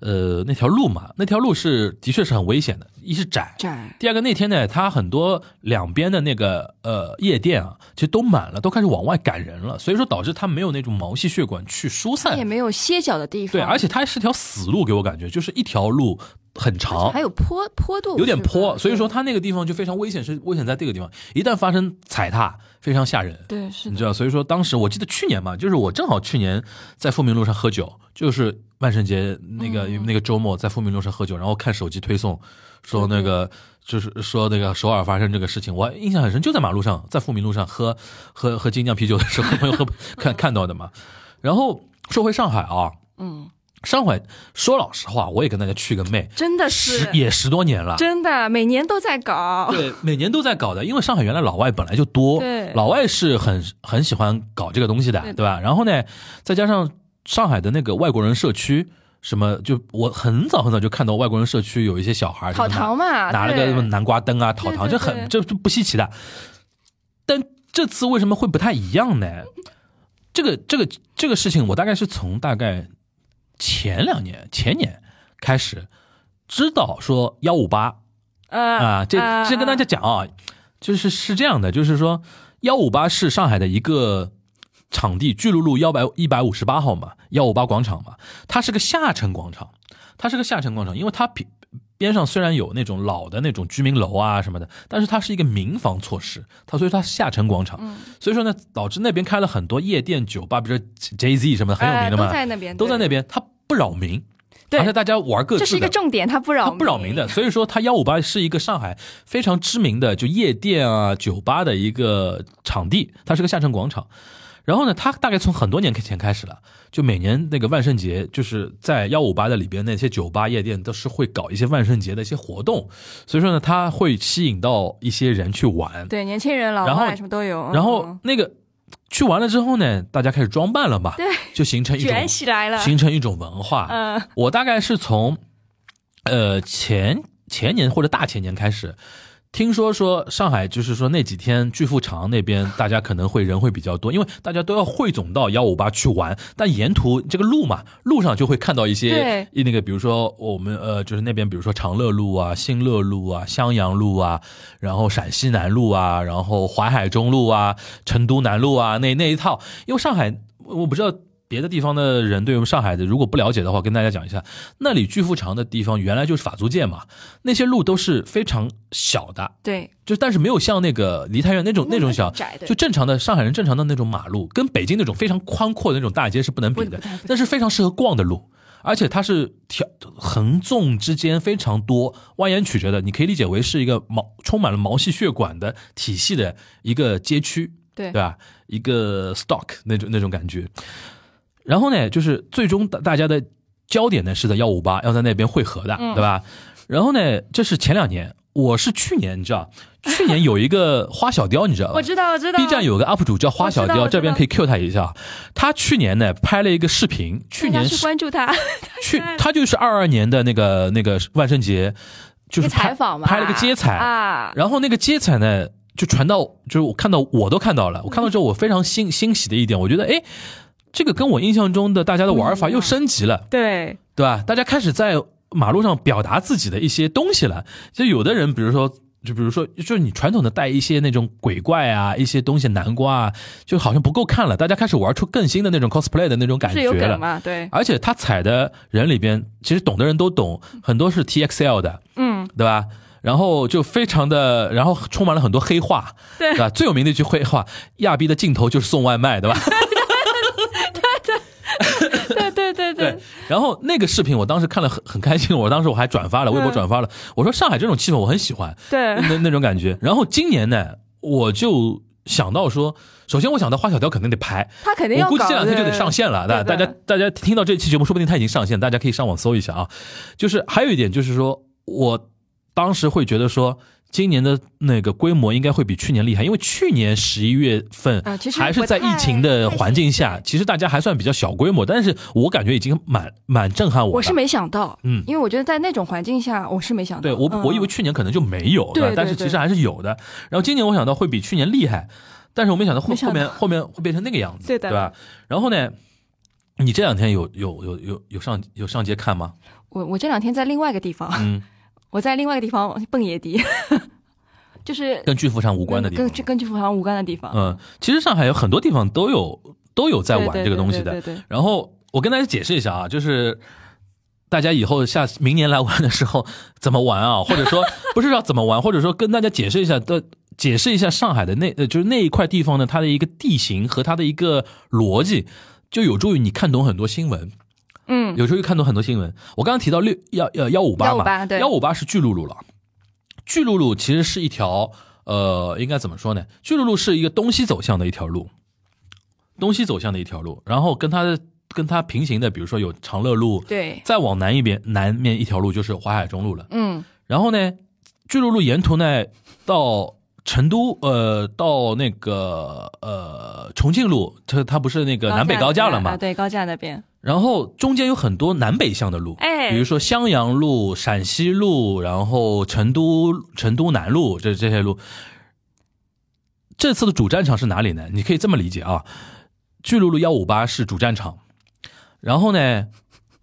Speaker 5: 呃那条路嘛，那条路是的确是很危险的，一是窄。
Speaker 6: 展
Speaker 5: 第二个那天呢，它很多两边的那个呃夜店啊，其实都满了，都开始往外赶人了，所以说导致它没有那种毛细血管去疏
Speaker 6: 也
Speaker 5: 散。
Speaker 6: 没有歇脚的地方，
Speaker 5: 对，而且它是条死路，给我感觉就是一条路很长，
Speaker 6: 还有坡坡度，
Speaker 5: 有点
Speaker 6: 是吧
Speaker 5: 坡，所以说它那个地方就非常危险，是危险在这个地方，一旦发生踩踏，非常吓人。
Speaker 6: 对对是
Speaker 5: 你
Speaker 6: 的，
Speaker 5: 知道，所以说当时我记得去年嘛，就是我正好去年在富民路上喝酒，就是万圣节那
Speaker 6: 哦
Speaker 5: 个、那个周末在富民路上喝酒，然后看手机推送，说那个就是说那个首尔发生这个事情，我印象很深，就在马路上，在富民路上喝喝喝精酿啤酒的时候，朋友喝 [LAUGHS] 看看到的嘛。然后说回上海啊，嗯，上海说老实话，我也跟大家去个妹，
Speaker 6: 真的
Speaker 5: 十
Speaker 6: 是，
Speaker 5: 也十多年了，
Speaker 6: 真的每年都在 [LAUGHS] 搞。
Speaker 5: 对，每年都在搞的，因为上海原来老外本来就多，
Speaker 6: 哦对
Speaker 5: 老外是很很喜欢搞这个东西的，
Speaker 6: 对的
Speaker 5: 对吧？然后呢，再加上上海的那个外国人社区，什么就我很早很早就看到外国人社区有一些小孩儿
Speaker 6: 讨糖嘛，
Speaker 5: 拿了个
Speaker 6: 对
Speaker 5: 什么南瓜灯啊、讨糖，
Speaker 6: 对对
Speaker 5: 这很
Speaker 6: 对
Speaker 5: 这这不稀奇的。但这次为什么会不太一样呢？这个这个这个事情，我大概是从大概前两年、前年开始知道说幺五八
Speaker 6: 呃
Speaker 5: 啊，这这跟大家讲啊，就是是这样的，就是说幺五八是上海的一个场地，巨鹿路幺百一百五十八号嘛，幺五八广场嘛，它是个下沉广场，它是个下沉广场，因为它边边上虽然有那种老的那种居民楼啊什么的，但是它是一个民房措施，它所以它是下沉广场，
Speaker 6: 嗯
Speaker 5: 所以说呢，导致那边开了很多夜店酒吧，比如说 J Z 什么的，很有名的嘛，
Speaker 6: 呃都在那边
Speaker 5: 都在
Speaker 6: 对
Speaker 5: 那边，它不扰民，
Speaker 6: 对
Speaker 5: 而且大家玩各自
Speaker 6: 这
Speaker 5: 的，
Speaker 6: 是一个重点，它不扰
Speaker 5: 它不扰民的，所以说它幺五八是一个上海非常知名的就夜店啊、酒吧的一个场地，它是个下沉广场。然后呢，它大概从很多年前开始了，就每年那个万圣节，就是在幺五八的里边那些酒吧、夜店都是会搞一些万圣节的一些活动，所以说呢，它会吸引到一些人去玩。
Speaker 6: 对年轻人、老
Speaker 5: 然后
Speaker 6: 外什么都有。
Speaker 5: 然后
Speaker 6: 嗯
Speaker 5: 那个去完了之后呢，大家开始装扮了嘛，
Speaker 6: 对，
Speaker 5: 就形成一种
Speaker 6: 卷起来了，
Speaker 5: 形成一种文化。
Speaker 6: 嗯，
Speaker 5: 我大概是从呃前前年或者大前年开始，听说说上海就是说那几天巨富长那边大家可能会人会比较多，因为大家都要汇总到幺五八去玩，但沿途这个路嘛，路上就会看到一些那个，比如说我们呃就是那边比如说长乐路啊、新乐路啊、襄阳路啊，然后陕西南路啊，然后淮海中路啊、成都南路啊那那一套，因为上海我我不知道。别的地方的人对我们上海的如果不了解的话，跟大家讲一下，那里巨富长的地方原来就是法租界嘛，那些路都是非常小的，
Speaker 6: 对，
Speaker 5: 就但是没有像那个梨泰院那种
Speaker 6: 那
Speaker 5: 那种小
Speaker 6: 很窄的
Speaker 5: 就正常的上海人正常的那种马路，跟北京那种非常宽阔的那种大街是不能比
Speaker 6: 不
Speaker 5: 的
Speaker 6: 不太不，太
Speaker 5: 但是非常适合逛的路，而且它是条横纵之间非常多，蜿蜒曲折的，你可以理解为是一个毛充满了毛细血管的体系的一个街区，
Speaker 6: 对
Speaker 5: 对吧？一个 stock 那种那种感觉。然后呢，就是最终大大家的焦点呢是在幺五八，要在那边汇合的，
Speaker 6: 嗯
Speaker 5: 对吧？然后呢，这是前两年，我是去年，你知道，去年有一个花小雕，你知道吧？
Speaker 6: 我知道，我知道。
Speaker 5: B 站有个 UP 主叫花小
Speaker 6: 我知道
Speaker 5: 雕，
Speaker 6: 我知道
Speaker 5: 这边可以 Q 他一下。他去年呢拍了一个视频，去
Speaker 6: 大
Speaker 5: 年
Speaker 6: 家去
Speaker 5: 是
Speaker 6: 关注他，
Speaker 5: 去他就是二二年的那个那个万圣节，就是
Speaker 6: 一个
Speaker 5: 拍
Speaker 6: 采访嘛，
Speaker 5: 拍了个街采，
Speaker 6: 啊，
Speaker 5: 然后那个接彩呢，就传到，就是我看到我都看到了，我看到之后我非常欣欣喜的一点，我觉得哎，这个跟我印象中的大家的玩法又升级了，
Speaker 6: 对，
Speaker 5: 对吧？大家开始在马路上表达自己的一些东西了，就有的人比如说。就比如说，就是你传统的带一些那种鬼怪啊，一些东西南瓜啊，就好像不够看了，大家开始玩出更新的那种 cosplay 的那种感
Speaker 6: 是
Speaker 5: 觉
Speaker 6: 有
Speaker 5: 了
Speaker 6: 梗。嘛？
Speaker 5: [LAUGHS]
Speaker 6: 对，
Speaker 5: 而且他踩的人里边，其实懂的人都懂，很多是 TXL 的，
Speaker 6: 嗯，
Speaker 5: 对吧？然后就非常的，然后充满了很多黑话，
Speaker 6: 对
Speaker 5: 吧？最有名的一句黑话，亚逼的尽头就是送外卖，对吧？
Speaker 6: 对对对
Speaker 5: 对，。然后那个视频我当时看了很很开心，我当时我还转发了，微博转发了，我说上海这种气氛我很喜欢，
Speaker 6: 对
Speaker 5: 那那种感觉。然后今年呢，我就想到说，首先我想到花小雕肯定得拍，
Speaker 6: 他肯定要
Speaker 5: 我估计
Speaker 6: 搞
Speaker 5: 这两天就得
Speaker 6: 对
Speaker 5: 上线了。
Speaker 6: 对
Speaker 5: 那大家
Speaker 6: 对
Speaker 5: 大家听到这期节目，说不定它已经上线，大家可以上网搜一下啊。就是还有一点就是说，我当时会觉得说。今年的那个规模应该会比去年厉害，因为去年十一月份
Speaker 6: 啊其实
Speaker 5: 还是
Speaker 6: 不
Speaker 5: 在
Speaker 6: 太
Speaker 5: 疫情的
Speaker 6: 太
Speaker 5: 环境下，其实大家还算比较小规模，但是我感觉已经蛮蛮震撼我
Speaker 6: 我
Speaker 5: 的
Speaker 6: 是没想到，
Speaker 5: 嗯
Speaker 6: 因为我觉得在那种环境下，我是没想到。
Speaker 5: 对我，
Speaker 6: 嗯
Speaker 5: 我以为去年可能就没有，
Speaker 6: 对
Speaker 5: 吧
Speaker 6: 对
Speaker 5: 但是
Speaker 6: 对
Speaker 5: 其实还是有的。然后今年我想到会比去年厉害，但是我没想到后
Speaker 6: 没想
Speaker 5: 后
Speaker 6: 到
Speaker 5: 面后面会变成那个样子，
Speaker 6: 对的
Speaker 5: 吧？然后呢，你这两天有有有有有上有上街看吗？
Speaker 6: 我我这两天在另外一个地方，
Speaker 5: 嗯，
Speaker 6: 我在另外一个地方蹦
Speaker 5: [LAUGHS]
Speaker 6: 野迪，就是
Speaker 5: 跟巨富上无关的地方
Speaker 6: 跟，跟跟巨富堂无关的地方。
Speaker 5: 嗯，其实上海有很多地方都有都有在
Speaker 6: 对，
Speaker 5: 玩这个东西的
Speaker 6: 对，对对对
Speaker 5: 然后我跟大家解释一下啊，就是大家以后下明年来玩的时候怎么玩啊，或者说不是要怎么玩，或者说跟大家解释一下的。解释一下上海的那呃，就是那一块地方呢，它的一个地形和它的一个逻辑，就有助于你看懂很多新闻。
Speaker 6: 嗯，
Speaker 5: 有时候又看懂很多新闻。我刚刚提到六幺幺幺五八嘛，
Speaker 6: 158对
Speaker 5: 幺五八是巨鹿路了。巨鹿路其实是一条呃，应该怎么说呢？巨鹿路是一个东西走向的一条路，东西走向的一条路。然后跟它跟它平行的，比如说有长乐路，
Speaker 6: 对，
Speaker 5: 再往南一边南面一条路就是淮海中路了。
Speaker 6: 嗯
Speaker 5: 然后呢，巨鹿路沿途呢到成都，呃，到那个呃重庆路，它它不是那个南北高架了嘛
Speaker 6: 啊？对，高架那边，
Speaker 5: 然后中间有很多南北向的路，
Speaker 6: 哎
Speaker 5: 比如说襄阳路、陕西路，然后成都成都南路，这这些路。这次的主战场是哪里呢？你可以这么理解啊，巨鹿路幺五八是主战场，然后呢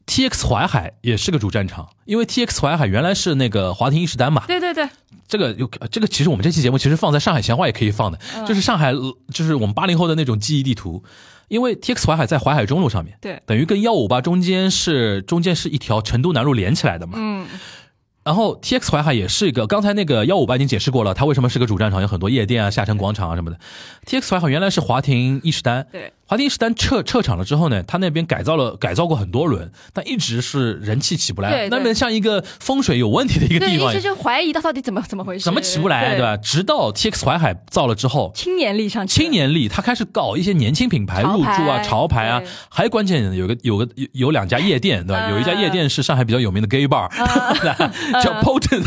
Speaker 5: ，TX 淮海也是个主战场，因为 TX 淮海原来是那个华亭伊势丹嘛，
Speaker 6: 对对对，
Speaker 5: 这个有这个，其实我们这期节目其实放在上海闲话也可以放的，就是上海，呃就是我们八零后的那种记忆地图，因为 T X 淮海在淮海中路上面，
Speaker 6: 对
Speaker 5: 等于跟幺五八中间是中间是一条成都南路连起来的嘛，
Speaker 6: 嗯，
Speaker 5: 然后 T X 淮海也是一个，刚才那个幺五八已经解释过了，它为什么是个主战场，有很多夜店啊、下沉广场啊什么的。T X 淮海原来是华亭伊势丹，
Speaker 6: 对，
Speaker 5: 华亭伊势丹撤撤场了之后呢，它那边改造了改造过很多轮，但一直是人气起不来，
Speaker 6: 对对
Speaker 5: 那么像一个风水有问题的一个
Speaker 6: 对，
Speaker 5: 地
Speaker 6: 一
Speaker 5: 方一
Speaker 6: 直
Speaker 5: 样。
Speaker 6: 就怀疑到到底怎么怎么回事，
Speaker 5: 怎么起不来，对吧？？直到 TX 淮海造了之后，
Speaker 6: 青年力上去了，
Speaker 5: 青年力他开始搞一些年轻品牌入驻啊、潮
Speaker 6: 潮
Speaker 5: 牌
Speaker 6: 牌
Speaker 5: 啊
Speaker 6: 对，
Speaker 5: 还有关键有个有个有有两家夜店，对吧？
Speaker 6: 啊
Speaker 5: 有一家夜店是上海比较有名的 gay bar，、叫 [LAUGHS]
Speaker 6: 嗯
Speaker 5: Potent。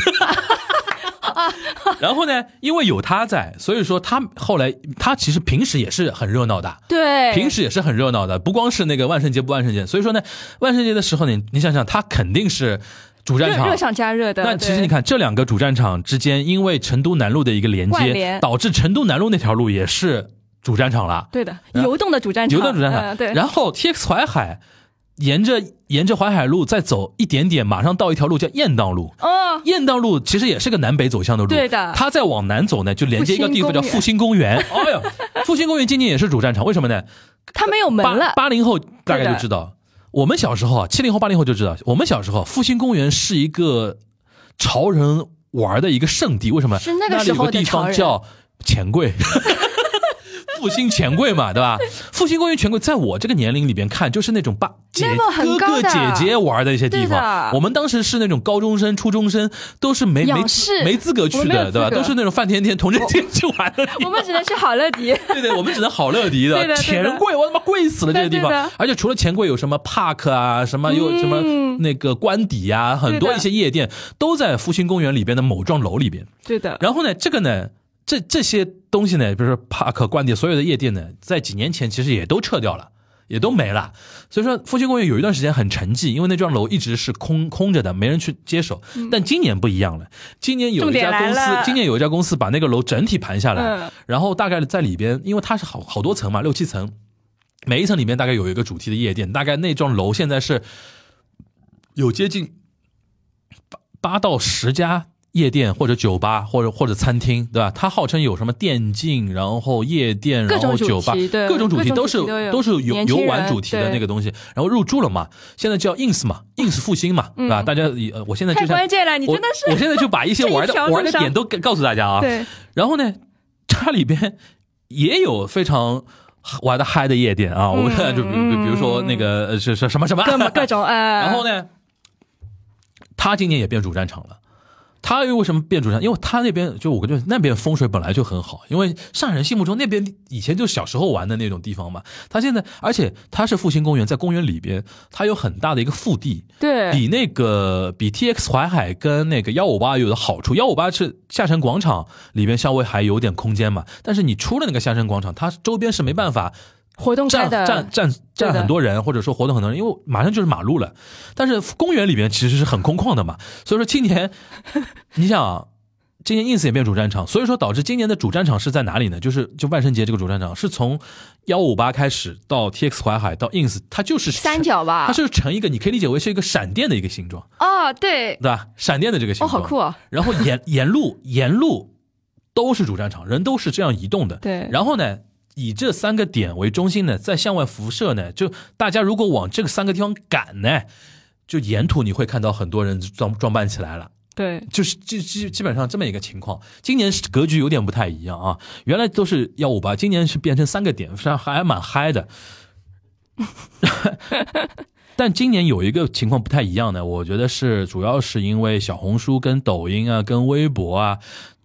Speaker 5: 然后呢，因为有他在，所以说他后来他其实平时也是很热闹的，
Speaker 6: 对，
Speaker 5: 平时也是很热闹的，不光是那个万圣节不万圣节，所以说呢，万圣节的时候呢，你你想想，他肯定是主
Speaker 6: 热
Speaker 5: 战场
Speaker 6: 热上加热的，
Speaker 5: 那其实
Speaker 6: 对
Speaker 5: 你看，这两个主战场之间，因为成都南路的一个连
Speaker 6: 关
Speaker 5: 接，
Speaker 6: 联
Speaker 5: 导致成都南路那条路也是主战场了，
Speaker 6: 对的，游动的主战场，
Speaker 5: 牛顿啊主战场。
Speaker 6: 嗯对，
Speaker 5: 然后 TX 淮海，沿着沿着淮海路再走一点点，马上到一条路叫雁荡路。
Speaker 6: 哦，
Speaker 5: 雁荡路其实也是个南北走向的路，
Speaker 6: 对的
Speaker 5: 它再往南走呢，就连接一个地方叫复兴公园。哎呦，复兴公园今年也是主战场，为什么呢？
Speaker 6: 他没有门
Speaker 5: 八
Speaker 6: 了，
Speaker 5: 八零后大概
Speaker 6: 对
Speaker 5: 就
Speaker 6: 的
Speaker 5: 知道，我们小时候啊，七零后、八零后就知道，我们小时候啊复兴公园是一个潮人玩的一个圣地，为什么？
Speaker 6: 是那个
Speaker 5: 里有
Speaker 6: 时候的
Speaker 5: 地
Speaker 6: 潮
Speaker 5: 方
Speaker 6: 人
Speaker 5: 叫钱柜。 [LAUGHS] 复兴钱柜嘛，对吧？复兴公园钱柜，在我这个年龄里边看，就是那种爸姐
Speaker 6: level 很
Speaker 5: 哥哥
Speaker 6: 高的
Speaker 5: 姐姐玩的一些地
Speaker 6: 对的
Speaker 5: 方。我们当时是那种高中生、初中生，都是没没
Speaker 6: 仰
Speaker 5: 资
Speaker 6: 视
Speaker 5: 没资格
Speaker 6: 我
Speaker 5: 去
Speaker 6: 们没
Speaker 5: 的，
Speaker 6: 有
Speaker 5: 对吧？
Speaker 6: 资格
Speaker 5: 都是那种范甜甜、童真姐去玩的地方。
Speaker 6: 我们只能去好乐
Speaker 5: [LAUGHS]
Speaker 6: 迪，
Speaker 5: 对对，我们只能好乐迪
Speaker 6: 对
Speaker 5: 的
Speaker 6: 的
Speaker 5: 钱
Speaker 6: 对的
Speaker 5: 柜，我他妈贵死了这
Speaker 6: 对
Speaker 5: 些地
Speaker 6: 对
Speaker 5: 方
Speaker 6: 的。
Speaker 5: 而且除了钱柜，有什么 Park 啊，什么又什么那个官邸呀，很多
Speaker 6: 对的
Speaker 5: 一些夜店都在复兴公园里边的某幢楼里边。
Speaker 6: 对的，
Speaker 5: 然后呢，这个呢，这这些东西呢，比如说 Park、官邸，所有的夜店呢，在几年前其实也都撤掉了。也都没了，所以说复兴公园有一段时间很沉寂，因为那幢楼一直是空空着的，没人去接手。但今年不一样了，今年有
Speaker 6: 嗯重
Speaker 5: 一
Speaker 6: 点
Speaker 5: 家公司
Speaker 6: 来了，
Speaker 5: 今年有一家公司把那个楼整体盘下来，
Speaker 6: 嗯
Speaker 5: 然后大概在里边，因为它是好好多层嘛，六七层，每一层里面大概有一个主题的夜店，大概那幢楼现在是有接近八八到十家。夜店或者酒吧或者或者餐厅，对吧？它号称有什么电竞，然后夜店，
Speaker 6: 各
Speaker 5: 然
Speaker 6: 种
Speaker 5: 后
Speaker 6: 主
Speaker 5: 酒吧，
Speaker 6: 题对
Speaker 5: 各种主题
Speaker 6: 各种
Speaker 5: 都
Speaker 6: 主
Speaker 5: 是
Speaker 6: 题都有
Speaker 5: 是游
Speaker 6: 年
Speaker 5: 游
Speaker 6: 轻
Speaker 5: 玩
Speaker 6: 人
Speaker 5: 主题的
Speaker 6: 对
Speaker 5: 那个东西，然后入驻了嘛。现在叫 ins 嘛，ins 复兴嘛，对吧？大家以呃我现在就
Speaker 6: 太
Speaker 5: 像
Speaker 6: 嗯关键了，你
Speaker 5: 我
Speaker 6: 真的是
Speaker 5: 我现在就把一些
Speaker 6: 这一
Speaker 5: 玩的
Speaker 6: 条路
Speaker 5: 玩的
Speaker 6: 上
Speaker 5: 点都告诉大家啊。
Speaker 6: 对，
Speaker 5: 然后呢，它里边也有非常玩的嗨的夜店啊，我看就比比如说那个呃是是什么什么，
Speaker 6: 各
Speaker 5: [LAUGHS]
Speaker 6: 各种呃，
Speaker 5: 然后呢，他今年也变主战场了。他又为什么变主战？因为他那边就我感觉那边风水本来就很好，因为上海人心目中那边以前就是小时候玩的那种地方嘛。他现在，而且他是复兴公园，在公园里边，它有很大的一个腹地，
Speaker 6: 对
Speaker 5: 比那个比 T X 淮海跟那个幺五八有的好处，幺五八是下沉广场里边稍微还有点空间嘛，但是你出了那个下沉广场，它周边是没办法
Speaker 6: 活动开
Speaker 5: 站
Speaker 6: 的
Speaker 5: 站站
Speaker 6: 对
Speaker 5: 站
Speaker 6: 的
Speaker 5: 很多人，或者说活动很多人，因为马上就是马路了。但是公园里边其实是很空旷的嘛，所以说今
Speaker 6: [LAUGHS]
Speaker 5: 年，你想、啊，今年 ins 也变主战场，所以说导致今年的主战场是在哪里呢？就是就万圣节这个主战场是从幺五八开始到 tx 淮海到 ins，它就是
Speaker 6: 三角吧，
Speaker 5: 它是成一个，你可以理解为是一个闪电的一个形状，
Speaker 6: 哦，对
Speaker 5: 对，吧？闪电的这个形
Speaker 6: 哦，
Speaker 5: 状，
Speaker 6: 好酷哦，
Speaker 5: 然后沿 [LAUGHS] 沿路沿路都是主战场，人都是这样移动的。
Speaker 6: 对
Speaker 5: 然后呢，以这三个点为中心呢，再向外辐射呢，就大家如果往这个三个地方赶呢，就沿途你会看到很多人装装扮起来了。
Speaker 6: 对，
Speaker 5: 就是基基基本上这么一个情况。今年是格局有点不太一样啊，原来都是幺五八，今年是变成三个点，实际上还蛮嗨的。 [LAUGHS] 但今年有一个情况不太一样的，我觉得是主要是因为小红书跟抖音啊、跟微博啊，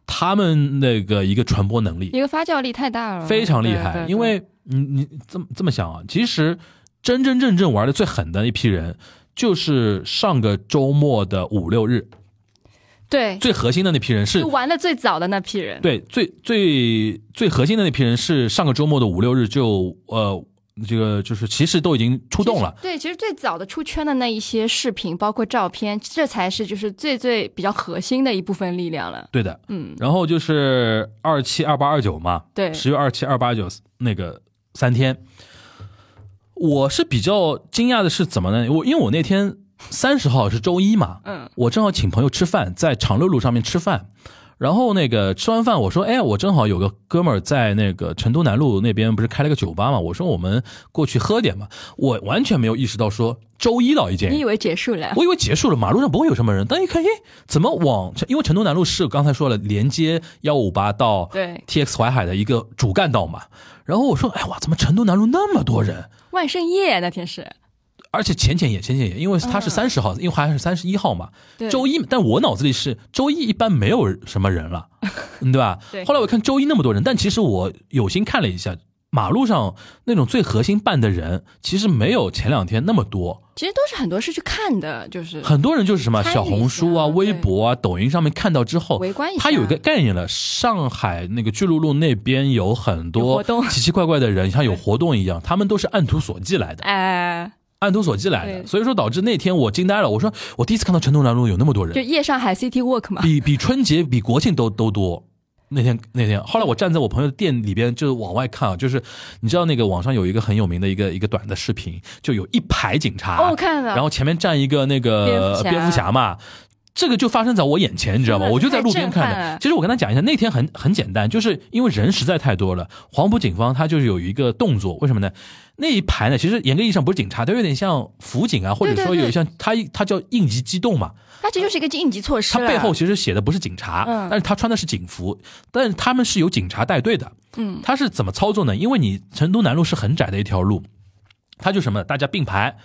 Speaker 5: 他们那个一个传播能力
Speaker 6: 一个发酵力太大了，
Speaker 5: 非常厉
Speaker 6: 嗯对对
Speaker 5: 害。
Speaker 6: 对
Speaker 5: 因为你你这么这么想啊，其实真真正正玩的最狠的一批人，就是上个周末的五六日
Speaker 6: 对
Speaker 5: 最核心的那批人是
Speaker 6: 就。玩的最早的那批人，
Speaker 5: 对，最最最核心的那批人是上个周末的五六日就呃，这个就是其实都已经出动了
Speaker 6: 其，实对，其实最早的出圈的那一些视频，包括照片，这才是就是最最比较核心的一部分力量了。
Speaker 5: 对的。
Speaker 6: 嗯，
Speaker 5: 然后就是二七、二八、二九嘛，
Speaker 6: 对，
Speaker 5: 十月二七、二八、九那个三天，我是比较惊讶的是怎么呢？我因为我那天三十号是周一嘛，
Speaker 6: 嗯，
Speaker 5: 我正好请朋友吃饭，在长乐路上面吃饭。然后那个吃完饭，我说，哎，我正好有个哥们儿在那个成都南路那边不是开了个酒吧嘛，我说我们过去喝点嘛。我完全没有意识到说周一到一件，
Speaker 6: 你以为结束了？
Speaker 5: 我以为结束了，马路上不会有什么人，但一看，哎，怎么往？因为成都南路是刚才说了，连接幺五八到
Speaker 6: 对
Speaker 5: T X 淮海的一个主干道嘛。然后我说，哎哇，怎么成都南路那么多人？
Speaker 6: 万圣夜那天是，
Speaker 5: 而且浅浅也浅浅也，因为它是三十号，因为淮海是三十一号嘛。
Speaker 6: 嗯对
Speaker 5: 周一，但我脑子里是周一一般没有什么人
Speaker 6: [LAUGHS]
Speaker 5: 了，嗯对吧？
Speaker 6: 对
Speaker 5: 后来我看周一那么多人，但其实我有心看了一下，马路上那种最核心办的人，其实没有前两天那么多。
Speaker 6: 其实都是很多是去看的，就是
Speaker 5: 很多人就是什么
Speaker 6: 参与一下
Speaker 5: 小红书啊、
Speaker 6: 对
Speaker 5: 微博啊、抖音上面看到之后，
Speaker 6: 围观一下
Speaker 5: 他有一个概念了。上海那个巨鹿路那边有很
Speaker 6: 有
Speaker 5: 多
Speaker 6: 活动
Speaker 5: 奇奇怪怪的人，像有活动一样，他们都是按图索骥来的，
Speaker 6: 哎，
Speaker 5: 按图索骥来的。
Speaker 6: 对
Speaker 5: 所以说导致那天我惊呆了，我说我第一次看到成都南路有那么多
Speaker 6: 就
Speaker 5: 人，
Speaker 6: 夜上海 City Walk 嘛，
Speaker 5: 比比春节、比国庆都都多。那天那天，后来我站在我朋友的店里边，就是往外看啊，就是你知道那个网上有一个很有名的一个一个短的视频，就有一排警察，
Speaker 6: 哦，我看了，
Speaker 5: 然后前面站一个那个
Speaker 6: 蝙蝠侠
Speaker 5: 蝙蝠侠嘛。这个就发生在我眼前，你知道吗？
Speaker 6: 真的
Speaker 5: 我就在路边看
Speaker 6: 太震撼
Speaker 5: 的
Speaker 6: 了。
Speaker 5: 其实我跟他讲一下，那天很很简单，就是因为人实在太多了，黄埔警方他就是有一个动作，为什么呢？那一排呢，其实严格意义上不是警察，他有点像辅警啊，或者
Speaker 6: 对对
Speaker 5: 说
Speaker 6: 对
Speaker 5: 有像他他叫应急机动嘛，
Speaker 6: 它这就是一个应急措施
Speaker 5: 他
Speaker 6: 了，
Speaker 5: 背后其实写的不是警察，
Speaker 6: 嗯
Speaker 5: 但是他穿的是警服，但是他们是有警察带队的。
Speaker 6: 嗯，
Speaker 5: 他是怎么操作呢？因为你成都南路是很窄的一条路，他就什么呢，大家并排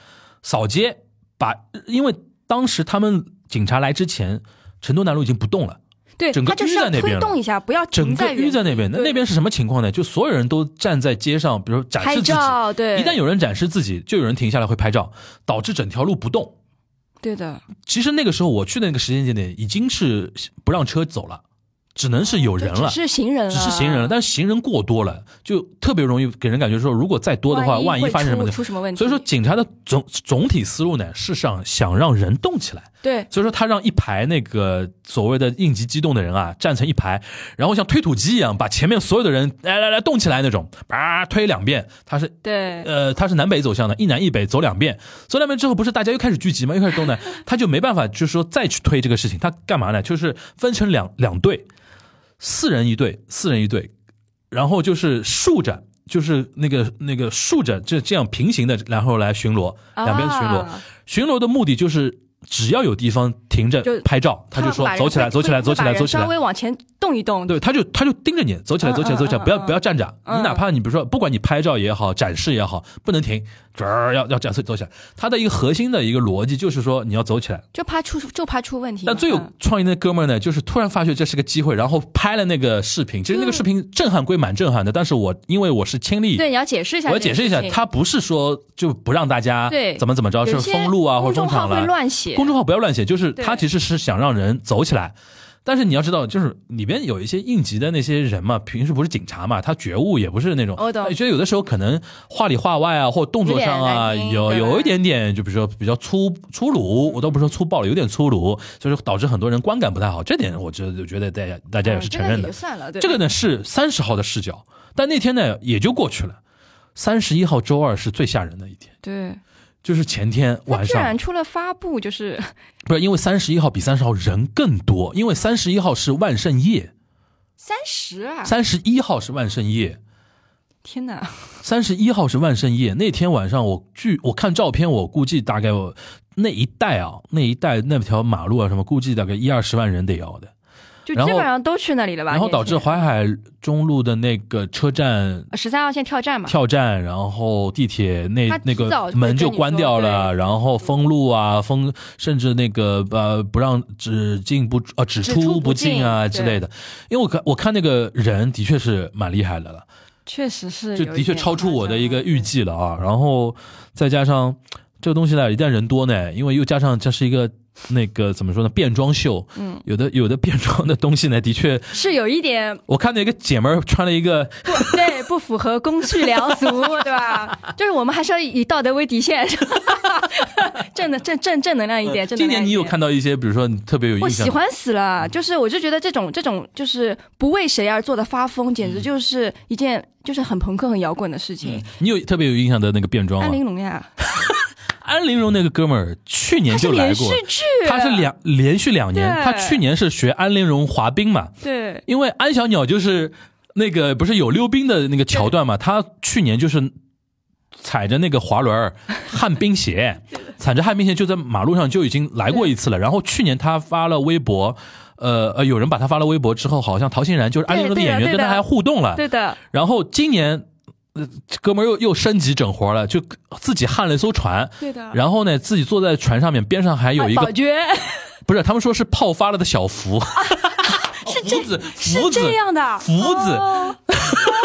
Speaker 5: 扫街，把因为当时他们警察来之前，成都南路已经不动了。
Speaker 6: 对，
Speaker 5: 整个
Speaker 6: 它就是
Speaker 5: 淤在
Speaker 6: 要
Speaker 5: 那边
Speaker 6: 推
Speaker 5: 了
Speaker 6: 动一下，不要
Speaker 5: 整
Speaker 6: 停
Speaker 5: 个
Speaker 6: 在原
Speaker 5: 淤在那边，那
Speaker 6: 对
Speaker 5: 那边是什么情况呢？就所有人都站在街上，比如说展示
Speaker 6: 拍
Speaker 5: 自己，
Speaker 6: 照，对，
Speaker 5: 一旦有人展示自己，就有人停下来会拍照，导致整条路不动。
Speaker 6: 对的，
Speaker 5: 其实那个时候我去的那个时间节点已经是不让车走了，只能是有人
Speaker 6: 就
Speaker 5: 了，
Speaker 6: 只是行人了，
Speaker 5: 只是行人了，啊但是行人过多了，就特别容易给人感觉说，如果再多的话，万一
Speaker 6: 会
Speaker 5: 发生什么
Speaker 6: 出
Speaker 5: 的。
Speaker 6: 出什么问题？
Speaker 5: 所以说，警察的总总体思路呢，是想想让人动起来。
Speaker 6: 对
Speaker 5: 所以说，他让一排那个所谓的应急机动的人啊，站成一排，然后像推土机一样，把前面所有的人来来来动起来那种，叭推两遍。他是
Speaker 6: 对，
Speaker 5: 呃，他是南北走向的，一南一北走两遍，走两遍之后，不是大家又开始聚集吗？又开始动呢， [LAUGHS] 他就没办法，就是说再去推这个事情，他干嘛呢？就是分成两两队，四人一队，四人一队，然后就是竖着。就是那个那个竖着这这样平行的，然后来巡逻，
Speaker 6: 啊
Speaker 5: 两边巡逻。巡逻的目的就是，只要有地方停着
Speaker 6: 就
Speaker 5: 拍照，他就
Speaker 6: 们
Speaker 5: 说
Speaker 6: 把人
Speaker 5: 走起来，
Speaker 6: 会
Speaker 5: 走起来，
Speaker 6: 会
Speaker 5: 走起来，
Speaker 6: 把人
Speaker 5: 走起来
Speaker 6: 稍。微往前动一动，
Speaker 5: 对，他就他就盯着你走起来，
Speaker 6: 嗯
Speaker 5: 走起来，
Speaker 6: 嗯
Speaker 5: 走起来，
Speaker 6: 嗯
Speaker 5: 不要
Speaker 6: 嗯
Speaker 5: 不要站着。
Speaker 6: 嗯
Speaker 5: 你哪怕你比如说，不管你拍照也好，展示也好，不能停，这儿要要这样走走起来。他的一个核心的一个逻辑就是说，你要走起来。
Speaker 6: 就怕出就怕出问题嘛。
Speaker 5: 但最有
Speaker 6: 嗯
Speaker 5: 创意的哥们儿呢，就是突然发觉这是个机会，然后拍了那个视频。其实那个视频震撼归蛮震撼的，但是我因为我是亲历，
Speaker 6: 嗯对你要解释一下，
Speaker 5: 我要解释一下，他不是说就不让大家
Speaker 6: 对
Speaker 5: 怎么怎么着，是
Speaker 6: 有些
Speaker 5: 封路啊或者封
Speaker 6: 公众号
Speaker 5: 场了
Speaker 6: 会。乱写，
Speaker 5: 公众号不要乱写，就是
Speaker 6: 对
Speaker 5: 他其实是想让人走起来。但是你要知道，就是里边有一些应急的那些人嘛，平时不是警察嘛，他觉悟也不是那种，
Speaker 6: 哦
Speaker 5: 哎
Speaker 6: 我懂
Speaker 5: 觉得有的时候可能话里话外啊，或动作上啊，
Speaker 6: 有点难听
Speaker 5: 有
Speaker 6: 对吧
Speaker 5: 有一点点，就比如说比较粗粗鲁，我倒不是说粗暴了，有点粗鲁，所以说导致很多人观感不太好。这点我觉得觉得大家大家也是承认
Speaker 6: 嗯这个
Speaker 5: 的
Speaker 6: 也就。算了，对
Speaker 5: 这个呢是三十号的视角，但那天呢也就过去了。三十一号周二是最吓人的一天，
Speaker 6: 对，
Speaker 5: 就是前天
Speaker 6: 他
Speaker 5: 晚
Speaker 6: 居
Speaker 5: 上
Speaker 6: 然出了发布，就是
Speaker 5: 不是因为三十一号比三十号人更多，因为三十一号是万圣夜，
Speaker 6: 三十啊，
Speaker 5: 三十一号是万圣夜，
Speaker 6: 天哪，
Speaker 5: 三十一号是万圣夜。那天晚上我据我看照片，我估计大概我那一带啊，那一带那条马路啊什么，估计大概一二十万人得要的。
Speaker 6: 就
Speaker 5: 然
Speaker 6: 基
Speaker 5: 后
Speaker 6: 本上都去那里了吧？
Speaker 5: 然后导致淮海中路的那个车站
Speaker 6: 呃十三号线跳站嘛，
Speaker 5: 跳站，然后地铁那
Speaker 6: 他
Speaker 5: 那
Speaker 6: 提早
Speaker 5: 个
Speaker 6: 会
Speaker 5: 门
Speaker 6: 跟
Speaker 5: 就
Speaker 6: 你
Speaker 5: 关
Speaker 6: 说
Speaker 5: 掉
Speaker 6: 对
Speaker 5: 了，然后封路啊，封甚至那个呃不让只进不啊只
Speaker 6: 只出
Speaker 5: 出
Speaker 6: 不
Speaker 5: 不进啊
Speaker 6: 进
Speaker 5: 之类的。因为我看我看那个人的确是蛮厉害的了，
Speaker 6: 确实是
Speaker 5: 就
Speaker 6: 有
Speaker 5: 的
Speaker 6: 一
Speaker 5: 确
Speaker 6: 点
Speaker 5: 超出我的一个
Speaker 6: 夸张
Speaker 5: 预计了啊。然后再加上这个东西呢，一旦人多呢，因为又加上这是一个。那个怎么说呢？变装秀，嗯，有的有的变装的东西呢，的确，
Speaker 6: 是有一点
Speaker 5: 我看到一个姐们儿穿了一个
Speaker 6: 不对，不符合公序良
Speaker 5: [LAUGHS]
Speaker 6: 俗，对吧？就是我们还是要以道德为底线， [LAUGHS] 正能正正正能量一点。正能
Speaker 5: 嗯今
Speaker 6: 量
Speaker 5: 年你
Speaker 6: 一
Speaker 5: 有
Speaker 6: 点
Speaker 5: 看到一些，比如说你特别有
Speaker 6: 我
Speaker 5: 印象
Speaker 6: 喜
Speaker 5: 的，
Speaker 6: 欢死了，就是我就觉得这种这种就是不为谁而做的发疯，简
Speaker 5: 嗯
Speaker 6: 直就是一件就是很朋克、很摇滚的事情。
Speaker 5: 你有特别有印象的那个变装
Speaker 6: 安
Speaker 5: 吗？
Speaker 6: 玲珑呀，
Speaker 5: 安陵容那个哥们儿去年
Speaker 6: 它是
Speaker 5: 就来
Speaker 6: 连续
Speaker 5: 过，
Speaker 6: 剧，啊
Speaker 5: 他是两连续两年，
Speaker 6: 对
Speaker 5: 他去年是学安陵容滑冰嘛，
Speaker 6: 对
Speaker 5: 因为安小鸟就是那个不是有溜冰的那个桥
Speaker 6: [LAUGHS]
Speaker 5: 段嘛，他去年就是。踩着那个滑轮儿，旱冰
Speaker 6: [LAUGHS]
Speaker 5: 鞋，踩着旱冰鞋就在马路上就已经来过一次了。然后去年他发了微博，呃呃，有人把他发了微博之后，好像陶昕然就是安陵容的
Speaker 6: 对对的啊
Speaker 5: 演员，
Speaker 6: 对
Speaker 5: 跟他
Speaker 6: 的
Speaker 5: 还互动了。
Speaker 6: 对的，
Speaker 5: 然后今年，呃，哥们儿又又升级整活了，就自己焊了一艘船。
Speaker 6: 对的
Speaker 5: 然后呢，自己坐在船上面，边上还有一个、
Speaker 6: 哎宝娟
Speaker 5: 不是，他们说是泡发了的小福，
Speaker 6: 啊
Speaker 5: 是福哦子，
Speaker 6: 是
Speaker 5: 福子
Speaker 6: 这样的，
Speaker 5: 福子、
Speaker 6: 哦
Speaker 5: [LAUGHS]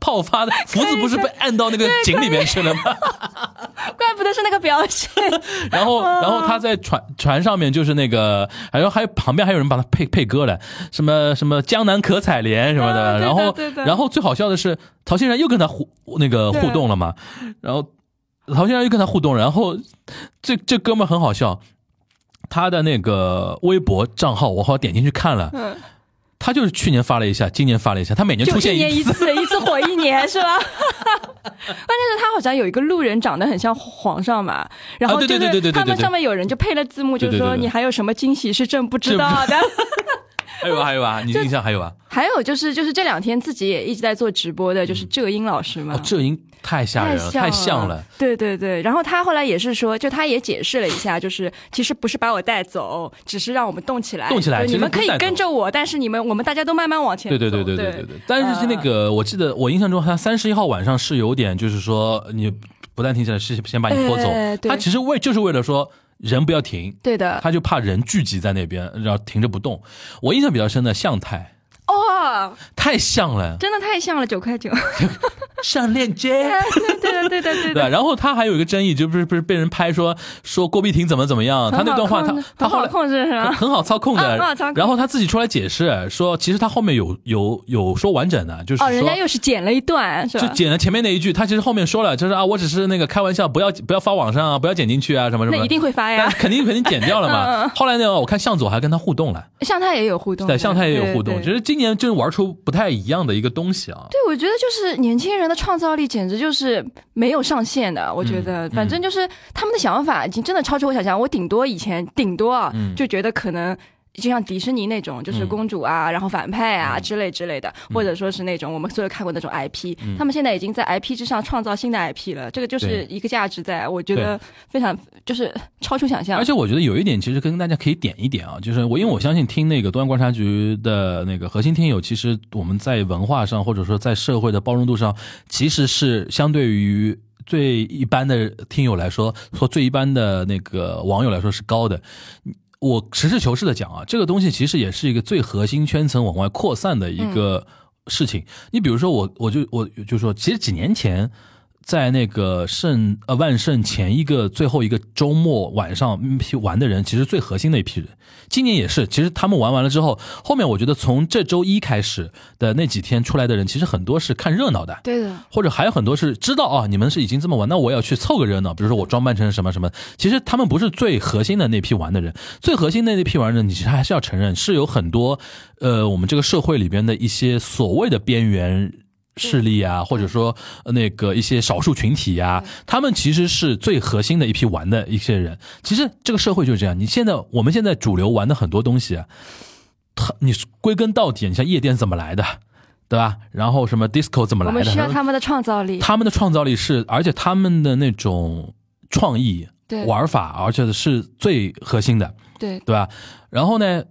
Speaker 5: 泡发的福子不是被按到那个井里面去了吗？
Speaker 6: 怪不得是那个表
Speaker 5: [LAUGHS]
Speaker 6: 情。
Speaker 5: 然后，
Speaker 6: 嗯
Speaker 5: 然后他在船船上面就是那个，还有还有旁边还有人把他配配歌了，什么什么江南可采莲什么的。
Speaker 6: 啊对的
Speaker 5: 然后
Speaker 6: 对，的
Speaker 5: 然后最好笑的是，陶昕然又跟他互那个
Speaker 6: 对
Speaker 5: 互动了嘛，然后陶昕然又跟他互动，然后这这哥们儿很好笑，他的那个微博账号我好像点进去看了，
Speaker 6: 嗯
Speaker 5: 他就是去年发了一下，今年发了一下，他每年
Speaker 6: 就
Speaker 5: 出现
Speaker 6: 一年
Speaker 5: 一
Speaker 6: 一次，一次火一年
Speaker 5: [LAUGHS]
Speaker 6: 是吧？关键是他好像有一个路人长得很像皇上嘛，然后
Speaker 5: 啊对
Speaker 6: 就
Speaker 5: 对对对对
Speaker 6: 是他
Speaker 5: 对
Speaker 6: 们
Speaker 5: 对
Speaker 6: 上面有人就配了字幕，
Speaker 5: 对对
Speaker 6: 就是
Speaker 5: 对
Speaker 6: 说
Speaker 5: 对
Speaker 6: 你还有什么惊喜是朕不
Speaker 5: [LAUGHS]
Speaker 6: 知道的。
Speaker 5: 还有吧还有哎啊吧，你印象还有吧？
Speaker 6: 还有就是就是这两天自己也一直在做直播的，就是浙英老师嘛。
Speaker 5: 嗯哦，这已经太吓人了，太像了。，
Speaker 6: 对对对。然后他后来也是说，就他也解释了一下，就是其实不是把我带走，只是让我们动起来，
Speaker 5: 动起来
Speaker 6: 就是
Speaker 5: 其
Speaker 6: 你
Speaker 5: 实
Speaker 6: 们
Speaker 5: 不
Speaker 6: 可
Speaker 5: 是
Speaker 6: 以
Speaker 5: 带走
Speaker 6: 跟着我，但是你们我们大家都慢慢往前
Speaker 5: 对
Speaker 6: 走。呃
Speaker 5: 对对对对对对。但是那个，我记得我印象中，他三十一号晚上是有点，就是说你不但停下来，是先把你拖走
Speaker 6: 哎。对
Speaker 5: 他其实为就是为了说人不要停，
Speaker 6: 对的。
Speaker 5: 他就怕人聚集在那边，然后停着不动。我印象比较深的向太，
Speaker 6: 哦，
Speaker 5: 太像了，
Speaker 6: 真的太像了，九块九。
Speaker 5: 上链接。
Speaker 6: [LAUGHS] 对的对的对的。
Speaker 5: 对，然后他还有一个争议，就不是不是被人拍说说郭碧婷怎么怎么样，他那段话他他
Speaker 6: 很
Speaker 5: 后
Speaker 6: 好
Speaker 5: 来
Speaker 6: 控制是
Speaker 5: 很
Speaker 6: 吧？
Speaker 5: 很好操控的
Speaker 6: 嗯很好操控，
Speaker 5: 然后他自己出来解释说，其实他后面有有有说完整的，就是
Speaker 6: 哦，人
Speaker 5: 说
Speaker 6: 家又是剪了一段是
Speaker 5: 就
Speaker 6: 吧？
Speaker 5: 剪了前面那一句，他其实后面说了，就是啊，我只是那个开玩笑，不要不要发网上啊，不要剪进去啊，什么什么。
Speaker 6: 那一定会发
Speaker 5: 但
Speaker 6: 呀。嗯
Speaker 5: 肯定肯定剪掉了
Speaker 6: [LAUGHS]
Speaker 5: 嘛。后来呢，我看向佐还跟他互动了，
Speaker 6: 向太也有互动，
Speaker 5: 对，向太也有互动，
Speaker 6: 对
Speaker 5: 只
Speaker 6: 对
Speaker 5: 是今年就是玩出不太一样的一个东西啊。
Speaker 6: 对，我觉得就是年轻人的创造力简直就是没有上限的。我
Speaker 5: 嗯
Speaker 6: 觉得，反正就是他们的想法已经真的超出我想象。我顶多以前顶多啊，
Speaker 5: 嗯
Speaker 6: 就觉得可能。就像迪士尼那种，就是公主啊，然后反派
Speaker 5: 嗯
Speaker 6: 啊之类之类的，或者说是那种我们所有看过那种 IP，、他们现在已经在 IP 之上创造新的 IP 了，这个就是
Speaker 5: 嗯对
Speaker 6: 一个价值在，我觉得非常就是超出想象。
Speaker 5: 而且我觉得有一点，其实跟大家可以点一点啊，就是我因为我相信听那个东安观察局的那个核心听友，其实我们在文化上或者说在社会的包容度上，其实是相对于。最一般的听友来说，和最一般的那个网友来说是高的。我实事求是的讲啊，这个东西其实也是一个最核心圈层往外扩散的一个事情。你比如说我，我就我就说，其实几年前。在那个圣呃万圣前一个最后一个周末晚上，那批玩的人其实最核心的一批人，今年也是。其实他们玩完了之后，后面我觉得从这周一开始的那几天出来的人，其实很多是看热闹的，
Speaker 6: 对的，
Speaker 5: 或者还有很多是知道啊，你们是已经这么玩，那我也要去凑个热闹。比如说我装扮成什么什么，其实他们不是最核心的那批玩的人，最核心的那批玩的人，你其实还是要承认是有很多，呃，我们这个社会里边的一些所谓的边缘。势力啊，或者说呃那个一些少数群体呀、他们其实是最核心的一批玩的一些人。其实这个社会就是这样，你现在我们现在主流玩的很多东西啊，它你归根到底，你像夜店怎么来的，对吧？然后什么 disco 怎么
Speaker 6: 我
Speaker 5: 来的？
Speaker 6: 们需要他们的创造力。
Speaker 5: 他们的创造力是，而且他们的那种创意
Speaker 6: 对
Speaker 5: 玩法，而且是最核心的，
Speaker 6: 对
Speaker 5: 对吧？然后呢，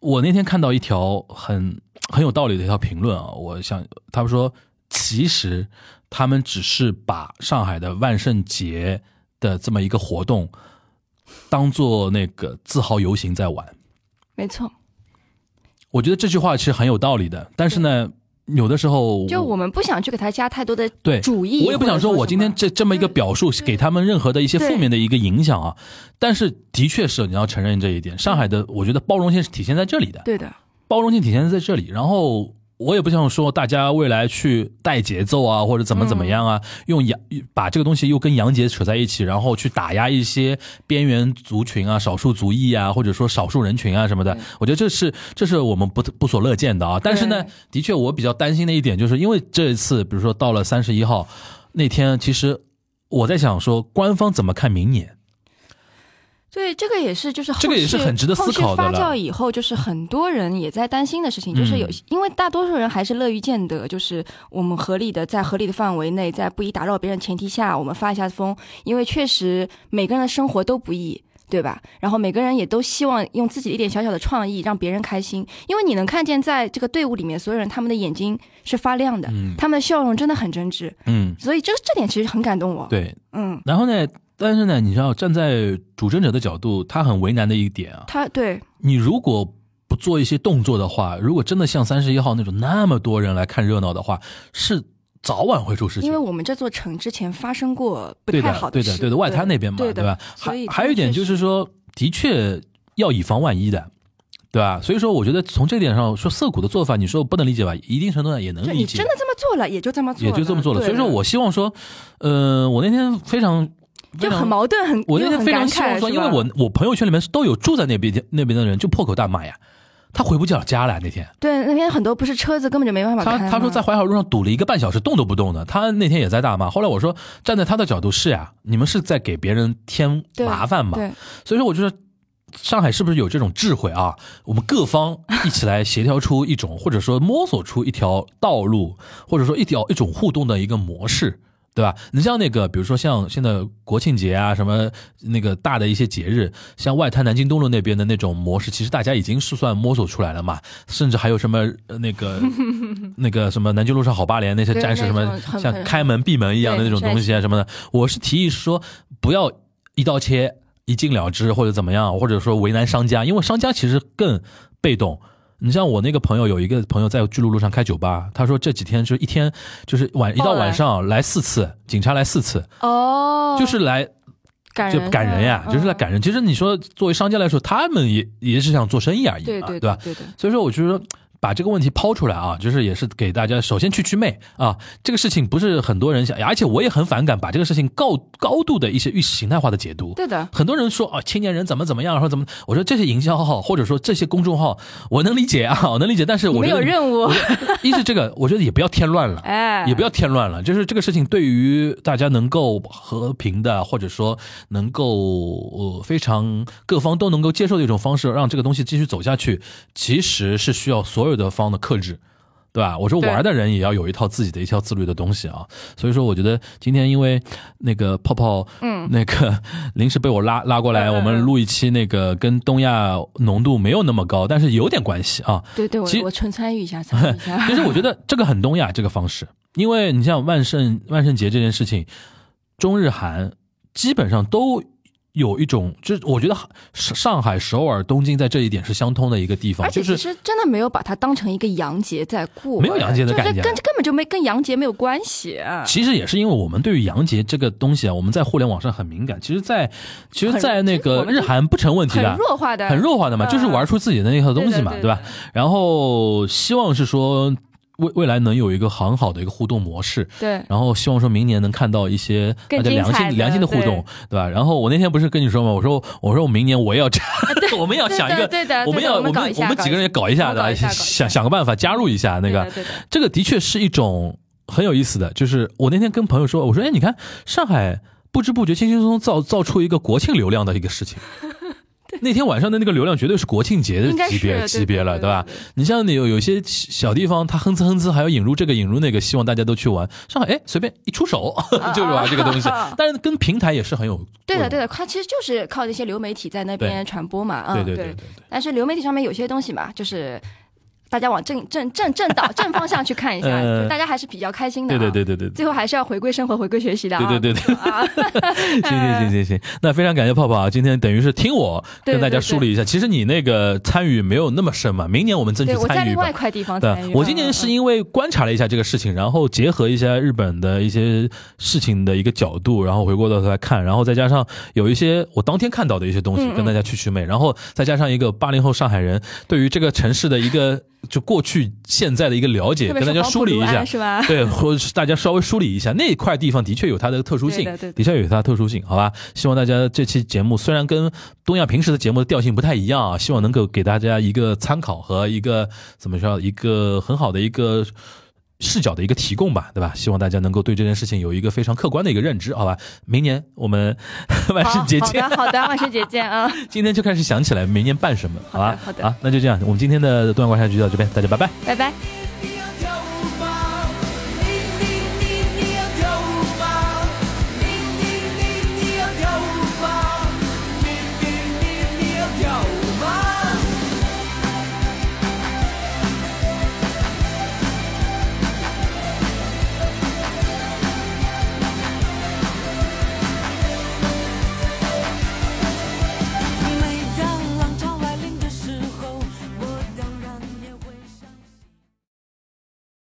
Speaker 5: 我那天看到一条很很有道理的一条评论啊，我想他们说，其实他们只是把上海的万圣节的这么一个活动当做那个自豪游行在玩。
Speaker 6: 没错，
Speaker 5: 我觉得这句话其实很有道理的，但是呢，有的时候
Speaker 6: 就我们不想去给他加太多的
Speaker 5: 对
Speaker 6: 主义，
Speaker 5: 我也不想
Speaker 6: 或者
Speaker 5: 说
Speaker 6: 说
Speaker 5: 我今天
Speaker 6: 什么嗯
Speaker 5: 这这么一个表述是给他们任何的一些
Speaker 6: 对
Speaker 5: 负面的一个影响啊，但是的确是你要承认这一点，上海的我觉得包容性是体现在这里的，
Speaker 6: 对的，
Speaker 5: 包容性体现在这里。然后我也不想说大家未来去带节奏啊，或者怎么怎么样啊，用洋把这个东西又跟洋节扯在一起，然后去打压一些边缘族群啊、少数族裔啊，或者说少数人群啊什么的。我觉得这是这是我们不不所乐见的啊。但是呢
Speaker 6: 对，
Speaker 5: 的确我比较担心的一点就是，因为这一次，比如说到了三十一号那天，其实我在想说，官方怎么看明年？
Speaker 6: 对，这个也是，就是后
Speaker 5: 这个也是
Speaker 6: 续
Speaker 5: 很值得思考的
Speaker 6: 后
Speaker 5: 了嗯
Speaker 6: 续发酵以后，就是很多人也在担心的事情，就是有，因为大多数人还是乐于见得，就是我们合理的在合理的范围内，在不以打扰别人的前提下，我们发一下疯，因为确实每个人的生活都不易。对吧？然后每个人也都希望用自己一点小小的创意让别人开心，因为你能看见在这个队伍里面所有人他们的眼睛是发亮的，他们的笑容真的很真挚，
Speaker 5: 嗯，
Speaker 6: 所以这这点其实很感动我。，
Speaker 5: 对。
Speaker 6: 嗯，
Speaker 5: 然后呢，但是呢，你知道，站在主政者的角度，他很为难的一点啊，
Speaker 6: 他对
Speaker 5: 你如果不做一些动作的话，如果真的像三十一号那种那么多人来看热闹的话，是早晚会出事情
Speaker 6: 因为。我们这座城之前发生过不
Speaker 5: 对
Speaker 6: 太
Speaker 5: 的，
Speaker 6: 好
Speaker 5: 对
Speaker 6: 事，
Speaker 5: 的，对的，外滩那边嘛，
Speaker 6: 对
Speaker 5: 对
Speaker 6: 的
Speaker 5: 吧？
Speaker 6: 所以
Speaker 5: 还还有一点就是说，的确要以防万一的，对吧？所以说，我觉得从这点上说，涩谷的做法，你说不能理解吧？一定程度上也能
Speaker 6: 就
Speaker 5: 理
Speaker 6: 你
Speaker 5: 解，
Speaker 6: 真的这么做了，也就这么做
Speaker 5: 也
Speaker 6: 了，
Speaker 5: 就这么做了。
Speaker 6: 对
Speaker 5: 所以说我希望说，呃，我那天非常
Speaker 6: 就很。矛盾，很
Speaker 5: 我那
Speaker 6: 又
Speaker 5: 天
Speaker 6: 很
Speaker 5: 非常
Speaker 6: 感
Speaker 5: 希望
Speaker 6: 慨，
Speaker 5: 说，
Speaker 6: 是
Speaker 5: 因为
Speaker 6: 吧
Speaker 5: 我我朋友圈里面都有住在那边那边的人，就破口大骂呀，他回不了家了那天。
Speaker 6: 对那边很多不是车子根本就没办法
Speaker 5: 他
Speaker 6: 开嘛
Speaker 5: 他说在淮海路上堵了一个半小时，动都不动的。他那天也在大骂。后来我说，站在他的角度是呀、你们是在给别人添
Speaker 6: 对
Speaker 5: 麻烦嘛。
Speaker 6: 对，
Speaker 5: 所以说，我觉得上海是不是有这种智慧啊？我们各方一起来协调出一种，或者说摸索出一条道路，或者说一条一种互动的一个模式。对吧？你像那个，比如说像现在国庆节啊，什么那个大的一些节日，像外滩南京东路那边的那种模式，其实大家已经是算摸索出来了嘛。甚至还有什么呃那
Speaker 6: [LAUGHS]
Speaker 5: 个那个什么南京路上好八连那些
Speaker 6: 对
Speaker 5: 战士
Speaker 6: 那
Speaker 5: 什么
Speaker 6: 种很
Speaker 5: 像
Speaker 6: 很
Speaker 5: 开门闭门一样的
Speaker 6: 对
Speaker 5: 那种
Speaker 6: 很
Speaker 5: 东西啊什么的，我是提议说不要一刀切一镜了之或者怎么样，或者说为难商家，因为商家其实更被动。你像我那个朋友，有一个朋友在巨鹿路上开酒吧，他说这几天就一天就是晚一到
Speaker 6: 爆了
Speaker 5: 晚上来四次，警察来四次，
Speaker 6: 哦，
Speaker 5: 就是来
Speaker 6: 感
Speaker 5: 就
Speaker 6: 人
Speaker 5: 赶人呀，就是来
Speaker 6: 嗯
Speaker 5: 赶人。其实你说作为商家来说，他们也也是想做生意而已
Speaker 6: 对
Speaker 5: 嘛，
Speaker 6: 对
Speaker 5: 对吧？
Speaker 6: 对的，
Speaker 5: 所以说，我就是说把这个问题抛出来啊，就是也是给大家首先去去魅啊，这个事情不是很多人想，而且我也很反感把这个事情高高度的一些意识形态化的解读。
Speaker 6: 对的，
Speaker 5: 很多人说啊，青年人怎么怎么样，说怎么，我说这些营销号或者说这些公众号，我能理解啊，我能理解，但是
Speaker 6: 你
Speaker 5: 我
Speaker 6: 们
Speaker 5: 觉得
Speaker 6: 有
Speaker 5: 你
Speaker 6: 任务，
Speaker 5: [LAUGHS] 一是这个，我觉得也不要添乱了。
Speaker 6: [LAUGHS] 哎，
Speaker 5: 也不要添乱了，就是这个事情对于大家能够和平的，或者说能够呃非常各方都能够接受的一种方式，让这个东西继续走下去，其实是需要所有的方的克制。对吧？我说
Speaker 6: 对
Speaker 5: 玩的人也要有一套自己的一套自律的东西啊，所以说我觉得今天因为那个泡泡，
Speaker 6: [LAUGHS]
Speaker 5: 嗯，那个临时被我拉拉过来，
Speaker 6: 嗯嗯
Speaker 5: 我们录一期那个跟东亚浓度没有那么高，但是有点关系啊，
Speaker 6: 对对，我
Speaker 5: 其实，
Speaker 6: 我纯参与一下，参与一下
Speaker 5: [LAUGHS] 其实我觉得这个很东亚这个方式，因为你像万圣万圣节这件事情，中日韩基本上都有一种，就是我觉得上上海、首尔、东京在这一点是相通的一个地方，
Speaker 6: 而且
Speaker 5: 哦就
Speaker 6: 其
Speaker 5: 是
Speaker 6: 实真的没有把它当成一个洋节在过，
Speaker 5: 没有洋节的感觉啊
Speaker 6: 就是跟根本就没跟洋节没有关系啊，
Speaker 5: 其实也是因为我们对于洋节这个东西啊，我们在互联网上很敏感，其实在，其实，
Speaker 6: 很
Speaker 5: 在那
Speaker 6: 其实我
Speaker 5: 个
Speaker 6: 们
Speaker 5: 日韩不成问题的，
Speaker 6: 很弱化的，
Speaker 5: 很弱化的嘛，
Speaker 6: 嗯
Speaker 5: 就是玩出自己的那套东西嘛，
Speaker 6: 对的对的
Speaker 5: 吧？然后希望是说未未来能有一个很好的一个互动模式，
Speaker 6: 对。
Speaker 5: 然后希望说明年能看到一些大
Speaker 6: 更
Speaker 5: 家
Speaker 6: 精
Speaker 5: 良
Speaker 6: 彩
Speaker 5: 性
Speaker 6: 的
Speaker 5: 良性的互动，对吧？然后我那天不是跟你说嘛，我说我说我明年我也要这样， [LAUGHS] 我们要想一个，
Speaker 6: 对的对的
Speaker 5: 我们要
Speaker 6: 对的
Speaker 5: 们
Speaker 6: 我们搞一下
Speaker 5: 我们几个人也搞一下
Speaker 6: 搞
Speaker 5: 的，
Speaker 6: 一下搞一下
Speaker 5: 想想个办法加入一下那个，
Speaker 6: 对的对的
Speaker 5: 这个的确是一种很有意思的，就是我那天跟朋友说，我说哎，
Speaker 6: [LAUGHS]
Speaker 5: 你看上海不知不觉轻轻松松造造出一个国庆流量的一个事情，那天晚上的那个流量绝对是国庆节的
Speaker 7: 应该
Speaker 5: 级
Speaker 7: 是
Speaker 5: 别
Speaker 7: 对
Speaker 5: 级别了，
Speaker 7: 对对
Speaker 5: 吧
Speaker 7: 对对？
Speaker 5: 你像你有有些小地方，它哼哧哼哧还要引入这个引入那个，希望大家都去玩。上海哎，随便一出手就是玩这个东西，但是跟平台也是很有
Speaker 6: 对的，
Speaker 5: 关
Speaker 6: 对的，它其实就是靠这些流媒体在那边传播嘛，嗯，
Speaker 5: 嗯对对对对对。
Speaker 6: 但是流媒体上面有些东西嘛，就是大家往正正正正道正方向去看一下，
Speaker 5: [LAUGHS] 呃
Speaker 6: 就大家还是比较开心的、
Speaker 5: 对
Speaker 6: 啊。
Speaker 5: 对对对对对
Speaker 6: 最后还是要回归生活，回归学习的、啊。
Speaker 5: 对对对对，
Speaker 6: 啊，
Speaker 5: 行行行行行，那非常感谢泡泡啊，今天等于是听我
Speaker 6: 对
Speaker 5: 跟大家
Speaker 6: 对对
Speaker 5: 梳理一下，其实你那个参与没有那么深嘛，明年我们争取
Speaker 6: 对我在
Speaker 5: 参与
Speaker 6: 另外
Speaker 5: 吧
Speaker 6: 一。块地方
Speaker 5: 对啊
Speaker 6: 参与，。
Speaker 5: 我今年
Speaker 6: 嗯
Speaker 5: 是因为观察了一下这个事情，然后结合一下日本的一些事情的一个角度，然后回过头来看，然后再加上有一些我当天看到的一些东西，
Speaker 6: 嗯
Speaker 5: 跟大家去去魅，然后再加上一个八零后上海人对于这个城市的一个就过去现在的一个了解，
Speaker 6: 特别
Speaker 5: 跟大
Speaker 6: 是
Speaker 5: 家
Speaker 6: 黄
Speaker 5: 梳
Speaker 6: 浦
Speaker 5: 理一
Speaker 6: 卢
Speaker 5: 下
Speaker 6: 安，是
Speaker 5: [LAUGHS]
Speaker 6: 吧？ [LAUGHS]
Speaker 5: 对，或者是大家稍微梳理一下那块地方，的确有它的特殊性，
Speaker 6: 对的对的
Speaker 5: 确有它的特殊性，好吧？希望大家这期节目虽然跟东亚平时的节目的调性不太一样啊，希望能够给大家一个参考和一个怎么说，一个很好的一个。视角的一个提供吧，对吧？希望大家能够对这件事情有一个非常客观的一个认知，好吧？明年我们万
Speaker 6: 好
Speaker 5: 圣节见
Speaker 6: 好。的，好的，万圣节见啊！
Speaker 5: 今天就开始想起来明年办什么，好吧？
Speaker 6: 好的好的
Speaker 5: 啊，那就这样，我们今天的东阳观察局到这边，大家拜拜。
Speaker 6: 拜拜。